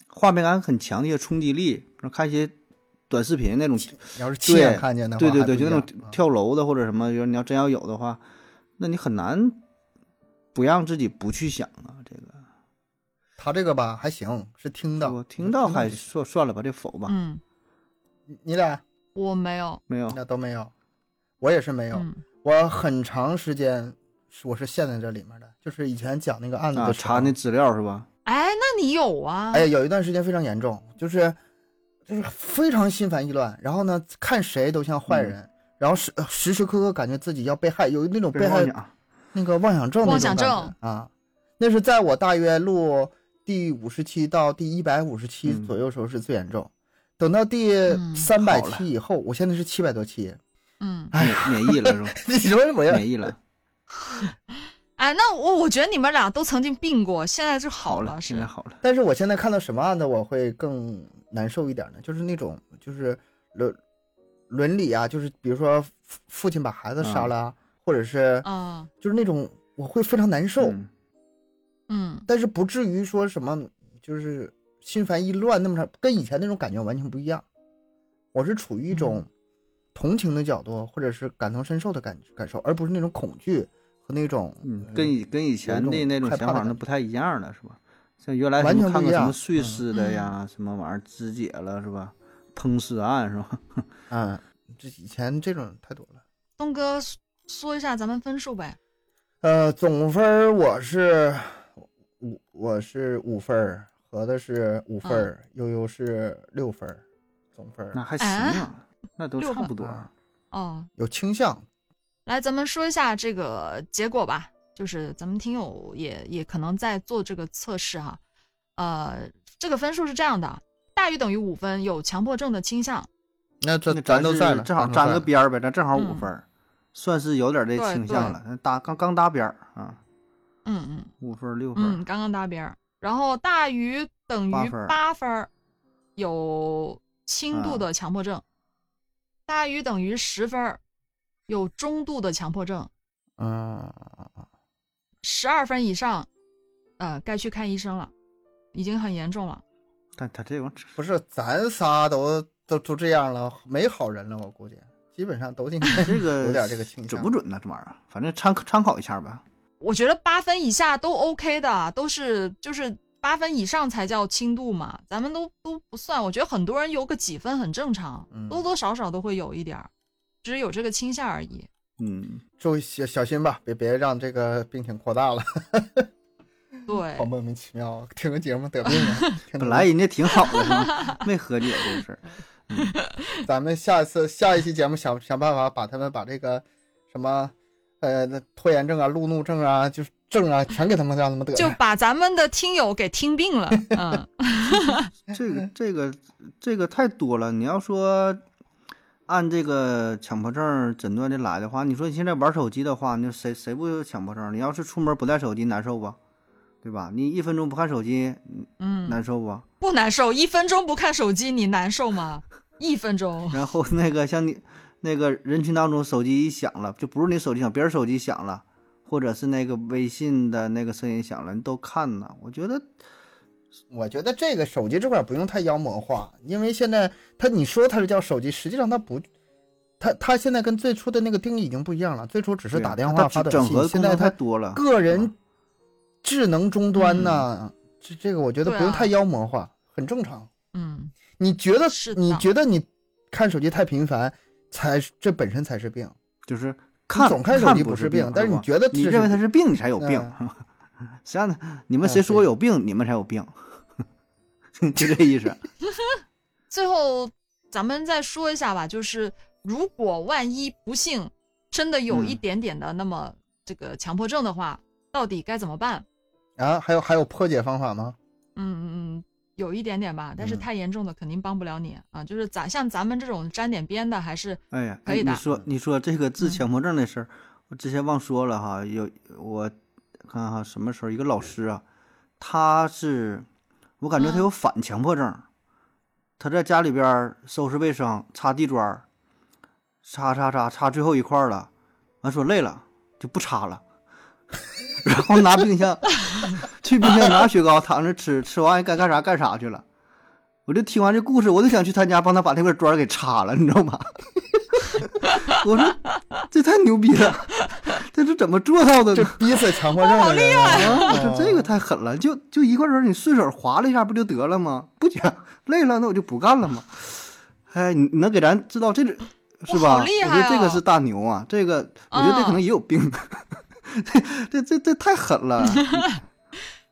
B: 画面感很强的一些冲击力，然后看一些短视频那种，
C: 你要是亲眼
B: 对
C: 看见的话，
B: 对对
C: 还不
B: 对，
C: 一
B: 就那
C: 样
B: 种
C: 啊
B: 跳楼的或者什么，就是你要真要有的话，那你很难不让自己不去想啊。这个
C: 他这个吧还行，是听到，嗯
B: 我听到还
C: 就
B: 算算了吧，这否吧，
A: 嗯，
C: 你你俩
A: 我没有。
B: 没有
C: 你俩都没有，我也是没有。
A: 嗯，
C: 我很长时间是我是陷在这里面的，就是以前讲那个案子
B: 啊，
C: 的时候，
B: 查那资料是吧？
A: 哎，那你有啊？
C: 哎呀，有一段时间非常严重，就是就是非常心烦意乱，然后呢，看谁都像
B: 嗯
C: 坏人，然后时呃时时刻刻感觉自己要被害，有那种被
B: 别
C: 害
B: 妄想
C: 那个妄想症那种
A: 妄想
C: 感觉
A: 症
C: 啊，那是在我大约录第五十期到第一百五十期
B: 嗯
C: 左右时候是最严重，等到第
A: 嗯
C: 三百
B: 好了
C: 期以后，我现在是七百多期，
A: 嗯，
C: 哎
B: 免免疫了是吧？
C: 你说我要
B: 免疫了，
A: 哎，那我我觉得你们俩都曾经病过，现在就好
B: 了，
A: 是
B: 现在好了。
C: 但是我现在看到什么案子，我会更难受一点呢？就是那种就是伦伦理啊，就是比如说父父亲把孩子杀了啊，或者是
A: 啊，
C: 就是那种我会非常难受，
B: 嗯
A: 嗯
C: 但是不至于说什么就是心烦意乱那么长，跟以前那种感觉完全不一样。我是处于一种
A: 嗯
C: 同情的角度，或者是感同身受的感感受，而不是那种恐惧和那种
B: 嗯，
C: 呃
B: 跟以跟以前的
C: 种
B: 那种
C: 害
B: 想
C: 怕的
B: 法那
C: 感
B: 不太一样了，是吧？像原来
C: 完
B: 什么
C: 全不
B: 看
C: 一
B: 个什么
C: 样
B: 碎
C: 嗯
B: 尸的呀，什么玩意儿肢解了是吧？烹尸案是吧？
C: 嗯，这以前这种太多了。
A: 东哥说说一下咱们分数呗。
C: 呃，总分儿我是五，我是五分儿，合的是五分
B: 嗯
C: 儿，悠悠是六分儿，总分儿
B: 那还行啊，那都
A: 哎六
B: 差
A: 吧
B: 不多。
C: 啊
A: 哦，
C: 有倾向，
A: 来，咱们说一下这个结果吧，就是咱们听友也也可能在做这个测试哈，呃，这个分数是这样的，大于等于五分，有强迫症的倾向，
C: 那这
B: 那
C: 咱都
B: 是
C: 在了，
B: 正好
C: 咱
B: 沾个
C: 都在了
B: 边儿呗，咱正好五
A: 嗯
B: 分儿，算是有点这
A: 对
B: 倾
A: 对
B: 向了，那搭刚刚搭边儿啊，
A: 嗯嗯
B: 五分儿六分儿，
A: 嗯，刚刚搭边儿，然后大于等
B: 八
A: 于
B: 分儿啊
A: 八分儿，有轻度的强迫症，大于等于十分儿，有中度的强迫症，
C: 嗯，
A: 十二分以上，呃，该去看医生了，已经很严重了。
B: 但他这种
C: 不是，咱仨都都都这样了，没好人了，我估计基本上都应该
B: 这个
C: 有点这个倾向，
B: 准不？准呢？这玩意儿，啊反正参参考一下吧。
A: 我觉得八分以下都 OK 的，都是就是八分以上才叫轻度嘛，咱们都都不算。我觉得很多人有个几分很正常
C: 嗯，
A: 多多少少都会有一点儿，只是有这个倾向而已。
B: 嗯，
C: 注意小小心吧，别别让这个病情扩大了，
A: 对
C: 好，莫名其妙，听个节目得病 了。听
B: 哎本来人家挺好的嘛， 没和解这个事儿。
C: 咱们下一次下一期节目想想办法把他们把这个什么呃那拖延症啊、路怒症啊，就是症啊，全给他们让他们得
A: 就
C: 了。
A: 把咱们的听友给听病了。嗯，
B: 这个这个这个太多了。你要说按这个强迫症诊断的来的话，你说你现在玩手机的话，你说谁谁不有强迫症？你要是出门不带手机，难受不？对吧？你一分钟不看手机，
A: 嗯，
B: 难受不？
A: 不难受，一分钟不看手机你难受吗？一分钟，
B: 然后那个像你那个人群当中，手机一响了，就不是你手机响，别人手机响了，或者是那个微信的那个声音响了，你都看呢。我觉得
C: 我觉得这个手机这块儿不用太妖魔化，因为现在它你说它是叫手机，实际上它不，它它现在跟最初的那个定义已经不一样了。最初只是打电话
B: 啊它
C: 发短
B: 整合
C: 信，
B: 功
C: 现在
B: 能太
C: 它
B: 多了。
C: 个人智能终端呢，这这个我觉得
A: 嗯对啊
C: 不用太妖魔化，很正常。
A: 嗯，
C: 你觉得
A: 是的
C: 你觉得你看手机太频繁，才是这本身才是病。
B: 就是看
C: 总看手机
B: 看
C: 不
B: 不
C: 是病但是
B: 吧
C: 你觉得
B: 你
C: 这
B: 认为
C: 是
B: 它是病，你才有病
C: 嗯。
B: 实际上，你们
C: 嗯
B: 谁说我
C: 对
B: 有病，你们才有病， 就这意思。
A: 最后咱们再说一下吧，就是如果万一不幸真的有
B: 嗯
A: 一点点的那么这个强迫症的话，到底该怎么办？
C: 啊，还有还有破解方法吗？
A: 嗯嗯，嗯，有一点点吧，但是
C: 嗯
A: 太严重的肯定帮不了你、啊。就是咱像咱们这种沾点边的，还是
B: 哎呀，
A: 可
B: 哎
A: 以
B: 你
A: 的
B: 说你说这个治强迫症的事儿，我之前忘说了哈。有我看哈什么时候一个老师啊，他是我感觉他
A: 嗯
B: 有反强迫症，他在家里边儿收拾卫生、擦地砖儿，擦擦擦擦最后一块儿了，完说累了就不擦了。 然后拿冰箱， 去冰箱拿雪糕躺着吃，吃完该干啥干啥去了。我就听完这故事，我就想去他家帮他把那块砖儿给擦了，你知道吗？我说这太牛逼了， 这是怎么做到的
C: 这
B: 呢？
C: 逼死强迫症的 人
B: 啊，我
C: 啊！
B: 说这个太狠了，就就一块砖儿你顺手划了一下不就得了吗？不行，累了那我就不干了嘛。哎，你你能给咱知道这是是
A: 哇
B: 吧？
A: 好厉害嗯
B: 我觉得这个
A: 啊
B: 是大牛啊，这个我觉得这可能也有病， 这这这这太狠了。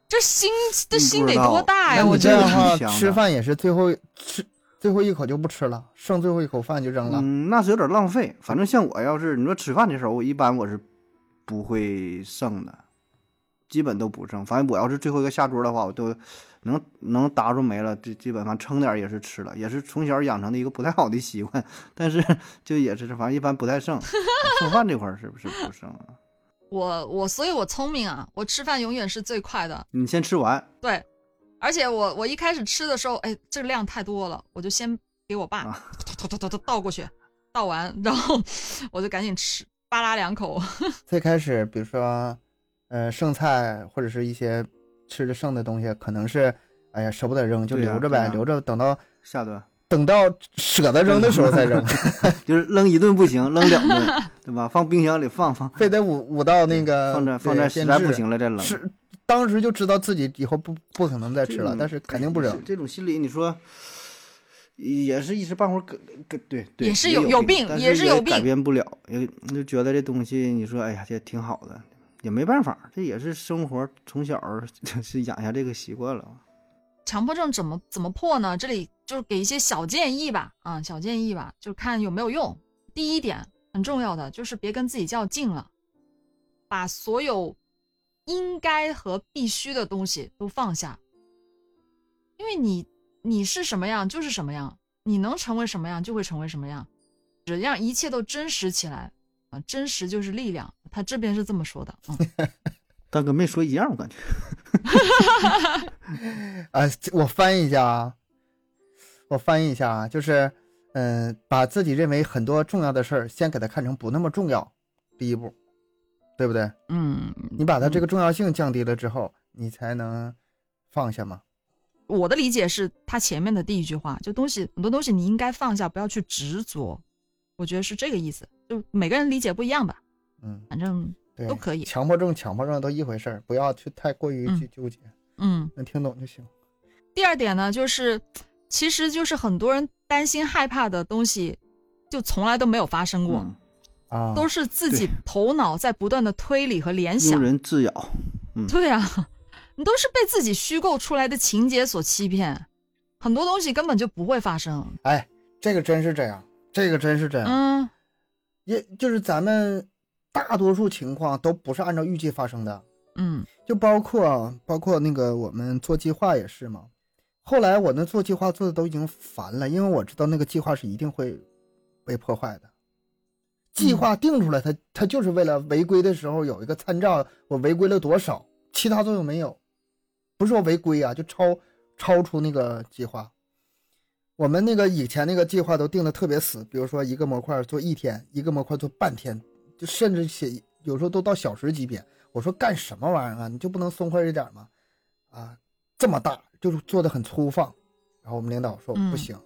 A: 这心这
B: 嗯
A: 心
B: 不
A: 得
B: 知道
A: 多大呀！
B: 那
A: 哎我
C: 你
A: 觉
C: 这
B: 这个
C: 样的
A: 得，
C: 话，
B: 挺香的
C: 吃饭也是最后吃最后一口就不吃了，剩最后一口饭就扔了。
B: 嗯，那是有点浪费。反正像我要是你说吃饭的时候，我一般我是不会剩的，基本都不剩。反正我要是最后一个下桌的话，我都能能打住没了，就基本上撑点儿也是吃了，也是从小养成的一个不太好的习惯。 但是就也是，反正一般不太剩。剩饭这块儿是不是不剩啊？
A: 我我所以，我聪明啊，我吃饭永远是最快的。
B: 你先吃完
A: 对，而且我我一开始吃的时候，哎，这个量太多了，我就先给我爸
B: 啊
A: 倒倒倒倒倒过去，倒完，然后 我就赶紧吃，扒拉两口。
C: 最开始，比如说，呃，剩菜或者是一些吃的剩的东西，可能是哎呀舍不得扔就
B: 对呀
C: 留着呗，
B: 对啊呀
C: 留着等到
B: 下顿，
C: 等到舍得扔 的时候再扔，
B: 就是扔一顿不行，扔两顿，对吧？放冰箱里放放，
C: 非得捂捂到那个
B: 放在放在
C: 对变
B: 实在
C: 质
B: 不行了再扔。
C: 是当时就知道自己以后不不可能再吃了，
B: 这种
C: 但是肯定不
B: 哎
C: 扔
B: 是。这种心理，你说也是一时半会儿改改对对，
A: 也是
B: 有
A: 有有病
B: 但
A: 也是有
B: 也改
A: 病
B: 变不了，也就觉得这东西，你说哎呀，这挺好的，也没办法，这也是生活从小儿 是养下这个习惯了。
A: 强迫症怎么怎么破呢？这里就是给一些小建议吧，啊、小建议吧，就看有没有用。第一点，很重要的就是别跟自己较劲了，把所有应该和必须的东西都放下，因为你你是什么样就是什么样，你能成为什么样就会成为什么样，只让一切都真实起来啊！真实就是力量，他这边是这么说的，嗯。
B: 但跟没说一样，我感觉。
C: 啊，这我翻译一下啊，我翻译一下啊，就是，嗯、把自己认为很多重要的事儿，先给它看成不那么重要，第一步，对不对？
A: 嗯，
C: 你把它这个重要性降低了之后，你才能放下嘛。
A: 我的理解是他前面的第一句话，就东西很多东西你应该放下，不要去执着，我觉得是这个意思。就每个人理解不一样吧，
C: 嗯，
A: 反正
C: 对，
A: 都可以
C: 强迫症、强迫症都一回事儿，不要去太过于去
A: 嗯
C: 纠结，
A: 嗯。
C: 能听懂就行。
A: 第二点呢，就是其实就是很多人担心害怕的东西，就从来都没有发生过，
B: 嗯，
C: 啊，
A: 都是自己
B: 对
A: 头脑在不断的推理和联
B: 庸
A: 想。
B: 人自扰。
A: 对啊， 你都是被自己虚构出来的情节所欺骗，很多东西根本就不会发生。
C: 哎，这个真是这样，这个真是这样。
B: 啊
A: 嗯
C: 也就是咱们大多数情况都不是按照预计发生的，
A: 嗯
C: 就包括包括那个我们做计划也是嘛。后来我那做计划做的都已经烦了，因为我知道那个计划是一定会被破坏的。计划定出来，它它就是为了违规的时候有一个参照，我违规了多少，其他作用没有。不是说违规啊，就超超出那个计划。我们那个以前那个计划都定的特别死，比如说一个模块做一天，一个模块做半天，就甚至写有时候都到小时级别。我说干什么玩意儿啊？你就不能松快一点吗？啊，这么大就是做的很粗放。然后我们领导说、
A: 嗯
C: 不行，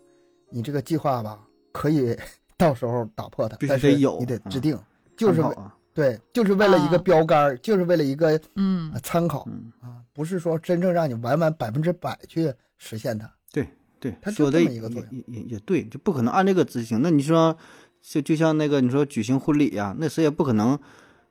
C: 你这个计划吧可以 到时候打破它，
B: 必须
C: 但
B: 得
C: 是
B: 有
C: 你得
B: 嗯
C: 制定，就是
B: 参
C: 为
B: 考啊，
C: 对，就是为了一个
A: 啊
C: 标杆儿，就是为了一个
A: 嗯
C: 呃参考
B: 嗯，
C: 啊，不是说真正让你完完百分之百去实现它。
B: 对对，
C: 它就
B: 说的
C: 这
B: 也
C: 么一个作
B: 也也也对，就不可能按这个执行。那你说，就就像那个你说举行婚礼呀、那谁也不可能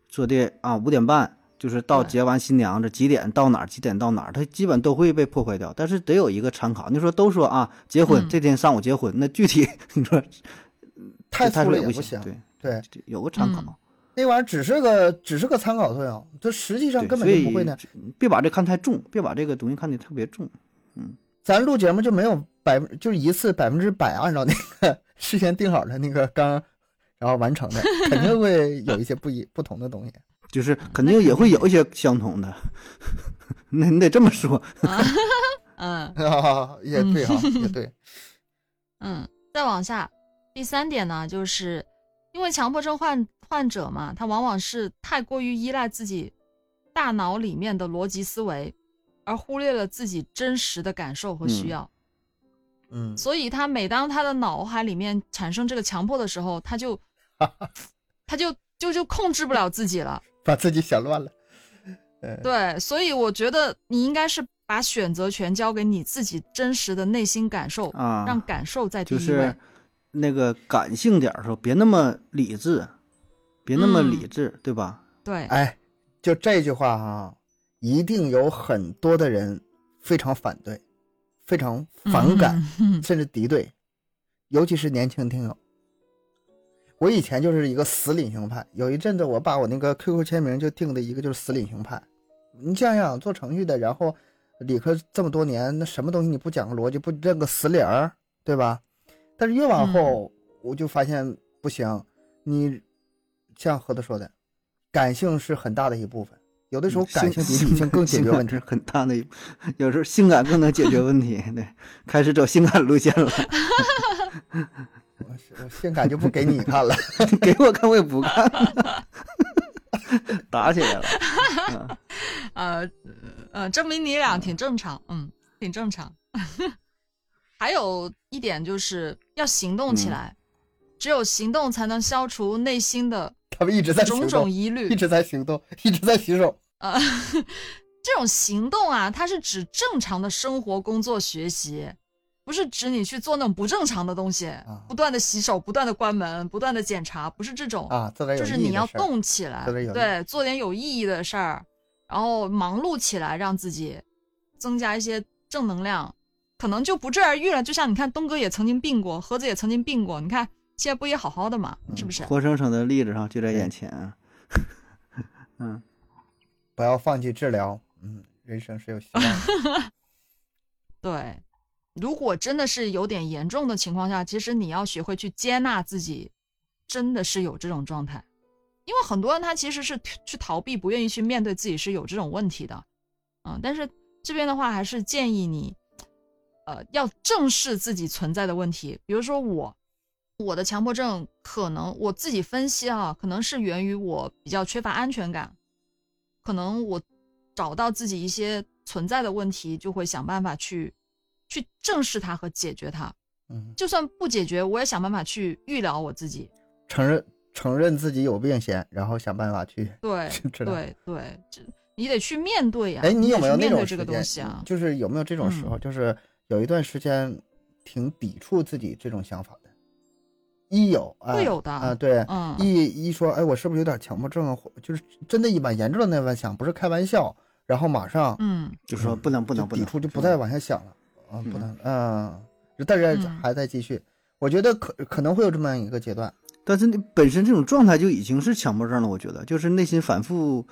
B: 说的啊，五点半就是到
A: 对
B: 结完新娘这几点到哪儿，几点到哪儿，它基本都会被破坏掉。但是得有一个参考。你说都说啊，结婚、
A: 嗯
B: 这天上午结婚，那具体你说
C: 太
B: 他
C: 粗
B: 说
C: 了
B: 也
C: 也
B: 不
C: 不行，
B: 对
C: 对，
B: 这有个参考。
A: 嗯
C: 那玩意儿只是个只是个参考作用，这实际上
B: 对，
C: 根
B: 所
C: 本就
B: 以
C: 不会呢。
B: 别把这看太重，别把这个东西看得特别重。
C: 咱录节目就没有百分，就是一次百分之百按照那个 事先定好的那个纲，然后完成的，肯定会有一些不一不 同的东西。
B: 就是肯定也会有一些相同的， 那你得这么说。
A: 嗯
C: 啊，也对哈，也对。
A: 嗯。再往下，第三点呢，就是因为强迫症患患者嘛，他往往是太过于依赖自己大脑里面的逻辑思维，而忽略了自己真实的感受和需
B: 嗯
A: 要。
C: 嗯，
A: 所以他每当他的脑海里面产生这个强迫的时候，他就，他就就就控制不了自己了。
C: 把自己想乱了。呃，
A: 对，所以我觉得你应该是把选择权交给你自己真实的内心感受，
B: 啊
A: 让感受在第
B: 就
A: 一
B: 是
A: 位。
B: 那个感性点儿说，别那么理智，别那么理智，对吧？
A: 对，
C: 哎，就这句话啊，一定有很多的人非常反对，非常反感，
A: 嗯。
C: 甚至敌对，尤其是年轻听友。我以前就是一个死理性派，有一阵子我把我那个 QQ 签名就定的一个就是死理性派。你想想，做程序的，然后理科这么多年，那什么东西你不讲个逻辑，不认个死理儿，对吧？但是越往后，我就发现不行。你像何子说的，感性是很大的一部分，有的时
B: 嗯
C: 候感性比理性更解决问题
B: 性。感是很大的一，有时候性感更能解决问题。对，开始走性感路线了，
C: 我性感就不给你看了。
B: 给我看我也不看，打起来了。
A: 呃呃，证明你俩挺正常，嗯，挺正常。 还有一点就是要行动起
B: 嗯
A: 来，只有行动才能消除内心的
C: 他们一直在行
A: 种
C: 动
A: 种疑虑
C: 一。直在 行动，一直在洗手。
A: 呃， 这种行动啊，它是指正常的生活、工作、学习，不是指你去做那种不正常的东西，
C: 啊
A: 不断的洗手、不断的关门、不断的检查，不是这种，
C: 啊，做点有
A: 就
C: 意义
A: 是
C: 的
A: 你要
C: 事儿
A: 动起来，
C: 做点有意
A: 对，做点有意义的事儿，然后忙碌起来，让自己增加一些正能量，可能就不治而愈了。就像你看，东哥也曾经病过，盒子也曾经病过，你看。现在不也好好的嘛，是不
C: 嗯
A: 是？
B: 活生生的例子哈，就在眼前啊。
C: 不要放弃治疗，嗯，人生是有希 望的。
A: 对，如果真的是有点严重的情况下，其实你要学会去接纳自己，真的是有这种状态，因为很多人他其实是去去逃避，不愿意去面对自己是有这种问题的，嗯，但是这边的话还是建议你，呃，要正视自己存在的问题，比如说我。我的强迫症可能我自己分析啊，可能是源于我比较缺乏安全感，可能我找到自己一些存在的问题，就会想办法去去正视它和解决它。
C: 嗯，
A: 就算不解决，我也想办法去预疗我自己。
C: 承认承认自己有病先，然后想办法去
A: 对
C: 治疗。
A: 对对，这你得去面对呀、
C: 哎，
A: 你
C: 有没有
A: 得去
C: 那
A: 面对
C: 种
A: 这
C: 时
A: 个
C: 间？嗯
A: 东西啊？嗯
C: 就是有没有这种时候，就是有一段时间挺抵触自己这种想法的？一有啊，
A: 会有的
C: 啊，对，
A: 嗯
C: 一一说，哎，我是不是有点强迫症啊？或就是真的一蛮严重的那般想，不是开玩笑，然后马上
A: 嗯，
B: 就说不能不能
C: 就
B: 不
C: 抵
B: 能，
C: 触就不
B: 是吧
C: 再往下想了啊，不能，嗯，但是
A: 嗯
C: 还在继续。我觉得可可能会有这么样一个阶段，
B: 但是你本身这种状态就已经是强迫症了，我觉得就是内心反复、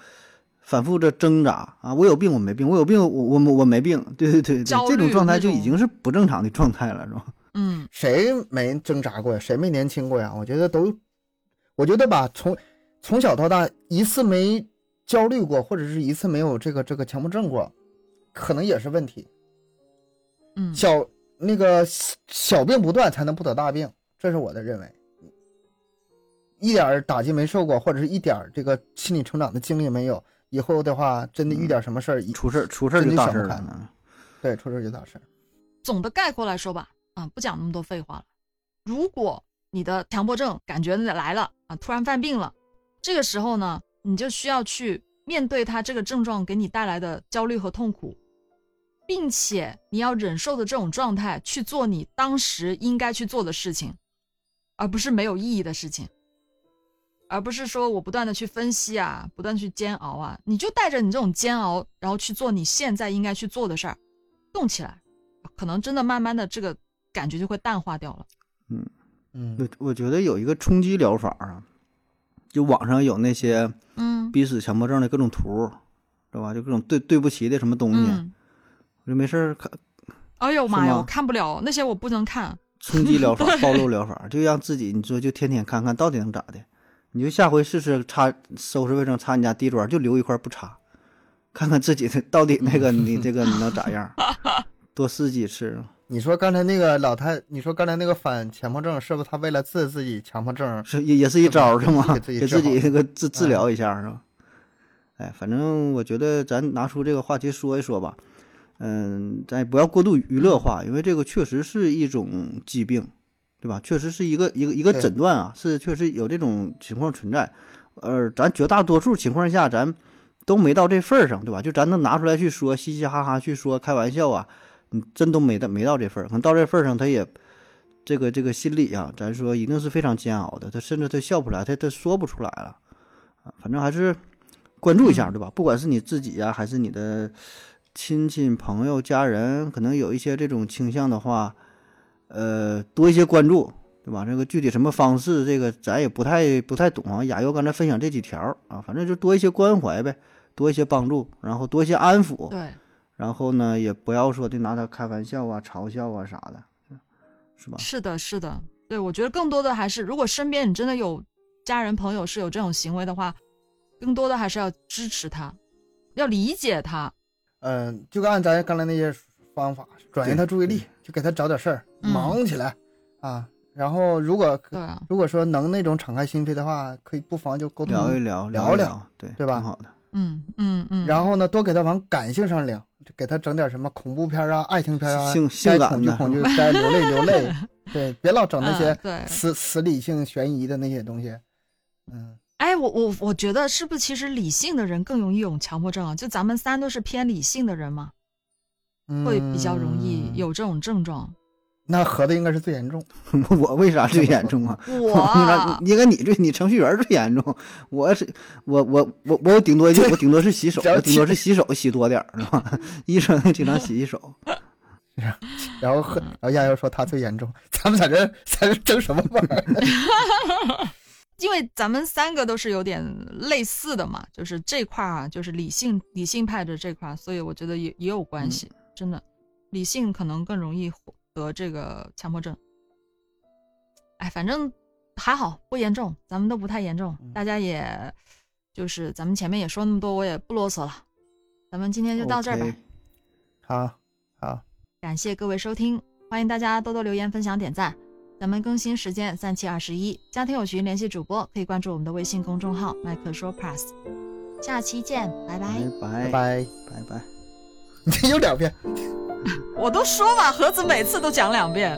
B: 反复着挣扎啊，我有病我没病，我有病我我我没病，对对对对，
A: 焦虑
B: 这种状态就
A: 那种
B: 已经是不正常的状态了，是吧？
A: 嗯，
C: 谁没挣扎过呀？谁没年轻过呀？我觉得都，我觉得吧，从从小到大一次没焦虑过，或者是一次没有这个这个强迫症过，可能也是问题。
A: 嗯，
C: 小那个小小病不断才能不得大病，这是我的认为。一点儿打击没受过，或者是一点儿这个心理成长的经历没有，以后的话真的遇点什么事儿，一
B: 嗯出事儿出事儿
C: 真
B: 就
C: 的
B: 大
C: 想
B: 事
C: 不
B: 儿了
C: 开
B: 呢。
C: 对出事儿就大事儿。
A: 总的概括来说吧，啊，不讲那么多废话了。如果你的强迫症感觉来了啊，突然犯病了，这个时候呢，你就需要去面对它这个症状给你带来的焦虑和痛苦，并且你要忍受的这种状态去做你当时应该去做的事情，而不是没有意义的事情，而不是说我不断的去分析啊，不断地去煎熬啊，你就带着你这种煎熬，然后去做你现在应该去做的事儿，动起来。可能真的慢慢的这个感觉就会淡化掉了。
C: 嗯
B: 我我觉得有一个冲击疗法啊，就网上有那些
A: 嗯
B: 逼死强迫症的各种图，知道吧？就各种对对不起的什么东西，
A: 嗯，
B: 我就没事儿看
A: 哎呦妈呀，
B: 吗
A: 我看不了那些，我不能
C: 哦
A: 看。
B: 冲击疗法、暴露疗法，就让自己你说就天天看看到底能咋的？你就下回试试擦收拾卫生擦你家地砖，就留一块不擦，看看自己的到底那个你这个你能咋样？多试几次，
C: 你说刚才那个老太，你说刚才那个反强迫症，是不是他为了治自己强迫症
B: 是也也是一招儿是 嗯吗？
C: 给自己
B: 给
C: 治好
B: 自己那个治治疗一下是吧？哎，反正我觉得咱拿出这个话题说一说吧，嗯，咱也不要过度娱乐化，因为这个确实是一种疾病，对吧？确实是一个一个一个
C: 对
B: 诊断啊，是确实有这种情况存在。呃，咱绝大多数情况下，咱都没到这份儿上，对吧？就咱能拿出来去说，嘻嘻哈哈去说，开玩笑啊，你真都没到没到这份儿。可能到这份儿上，他也这个这个心理啊，咱说一定是非常煎熬的。他甚至他笑不出来，他他说不出来了啊。反正还是关注一下，对吧？不管是你自己呀、还是你的亲戚、朋友、家人，可能有一些这种倾向的话，呃，多一些关注，对吧？这个具体什么方式，这个咱也不太不太懂啊。亚优刚才分享这几条啊，反正就多一些关怀呗，多一些帮助，然后多一些安抚，
A: 对，
C: 啊
B: 然后呢，也不要说的拿他开玩笑啊、嘲笑啊啥的，是吧？
A: 是的，是的，对我觉得更多的还是，如果身边你真的有家人朋友是有这种行为的话，更多的还是要支持他，要理解他。
C: 嗯，就按咱刚才那些方法转移
B: 对
C: 他注意力，就给他找点事儿，
A: 嗯
C: 忙起来啊。然后如果
A: 对啊，
C: 如果说能那种敞开心扉的话，可以不妨就沟
B: 聊一
C: 通。
B: 聊，
C: 聊
B: 一
C: 聊
B: 聊，对，
C: 对吧
B: 挺好的。
A: 嗯嗯嗯。
C: 然后呢，多给他往感性上聊，就给他整点什么恐怖片啊、爱情片啊，
B: 性性
C: 该恐
B: 感
C: 惧
B: 的，
C: 恐惧，该流泪流 泪。对，别老整那些
A: 嗯、对，
C: 死死理性悬疑的那些东西。嗯，
A: 哎，我我我觉得是不是其实理性的人更容易有强迫症啊？就咱们三都是偏理性的人嘛，会比较容易
C: 嗯。
A: 有这种症 状。
C: 那合的应该是最严重。
B: 我为啥最严重啊？
A: 我
B: 应该
A: 啊
B: 应该你最你程序员最严重，我是我我我我顶多就我顶多是洗手，
C: 了 解
B: 我顶多是洗手洗多点儿，是吧？医生经常洗洗手，
C: 然后喝，
A: 嗯
C: 然后亚优说他最严重， 咱们在这在这争什么玩儿？
A: 因为咱们三个都是有点类似的嘛，就是这块儿啊，就是理性理性派的这块儿，所以我觉得也也有关系，真的，理性可能更容易获得这个强迫症。哎，反正还好不严重，咱们都不太严重，大家也就是咱们前面也说那么多，我也不啰嗦了，咱们今天就到这儿吧
B: OK，
C: 好好，
A: 感谢各位收听，欢迎大家多多留言、分享、点赞。咱们更新时间三七二十一，家庭有群联系主播，可以关注我们的微信公众号“麦克说 Plus”。下期见，拜哎拜。
B: 嗯拜拜
C: 拜拜。
B: 拜拜。
C: 你这有两遍。
A: 我都说嘛，盒子每次都讲两遍。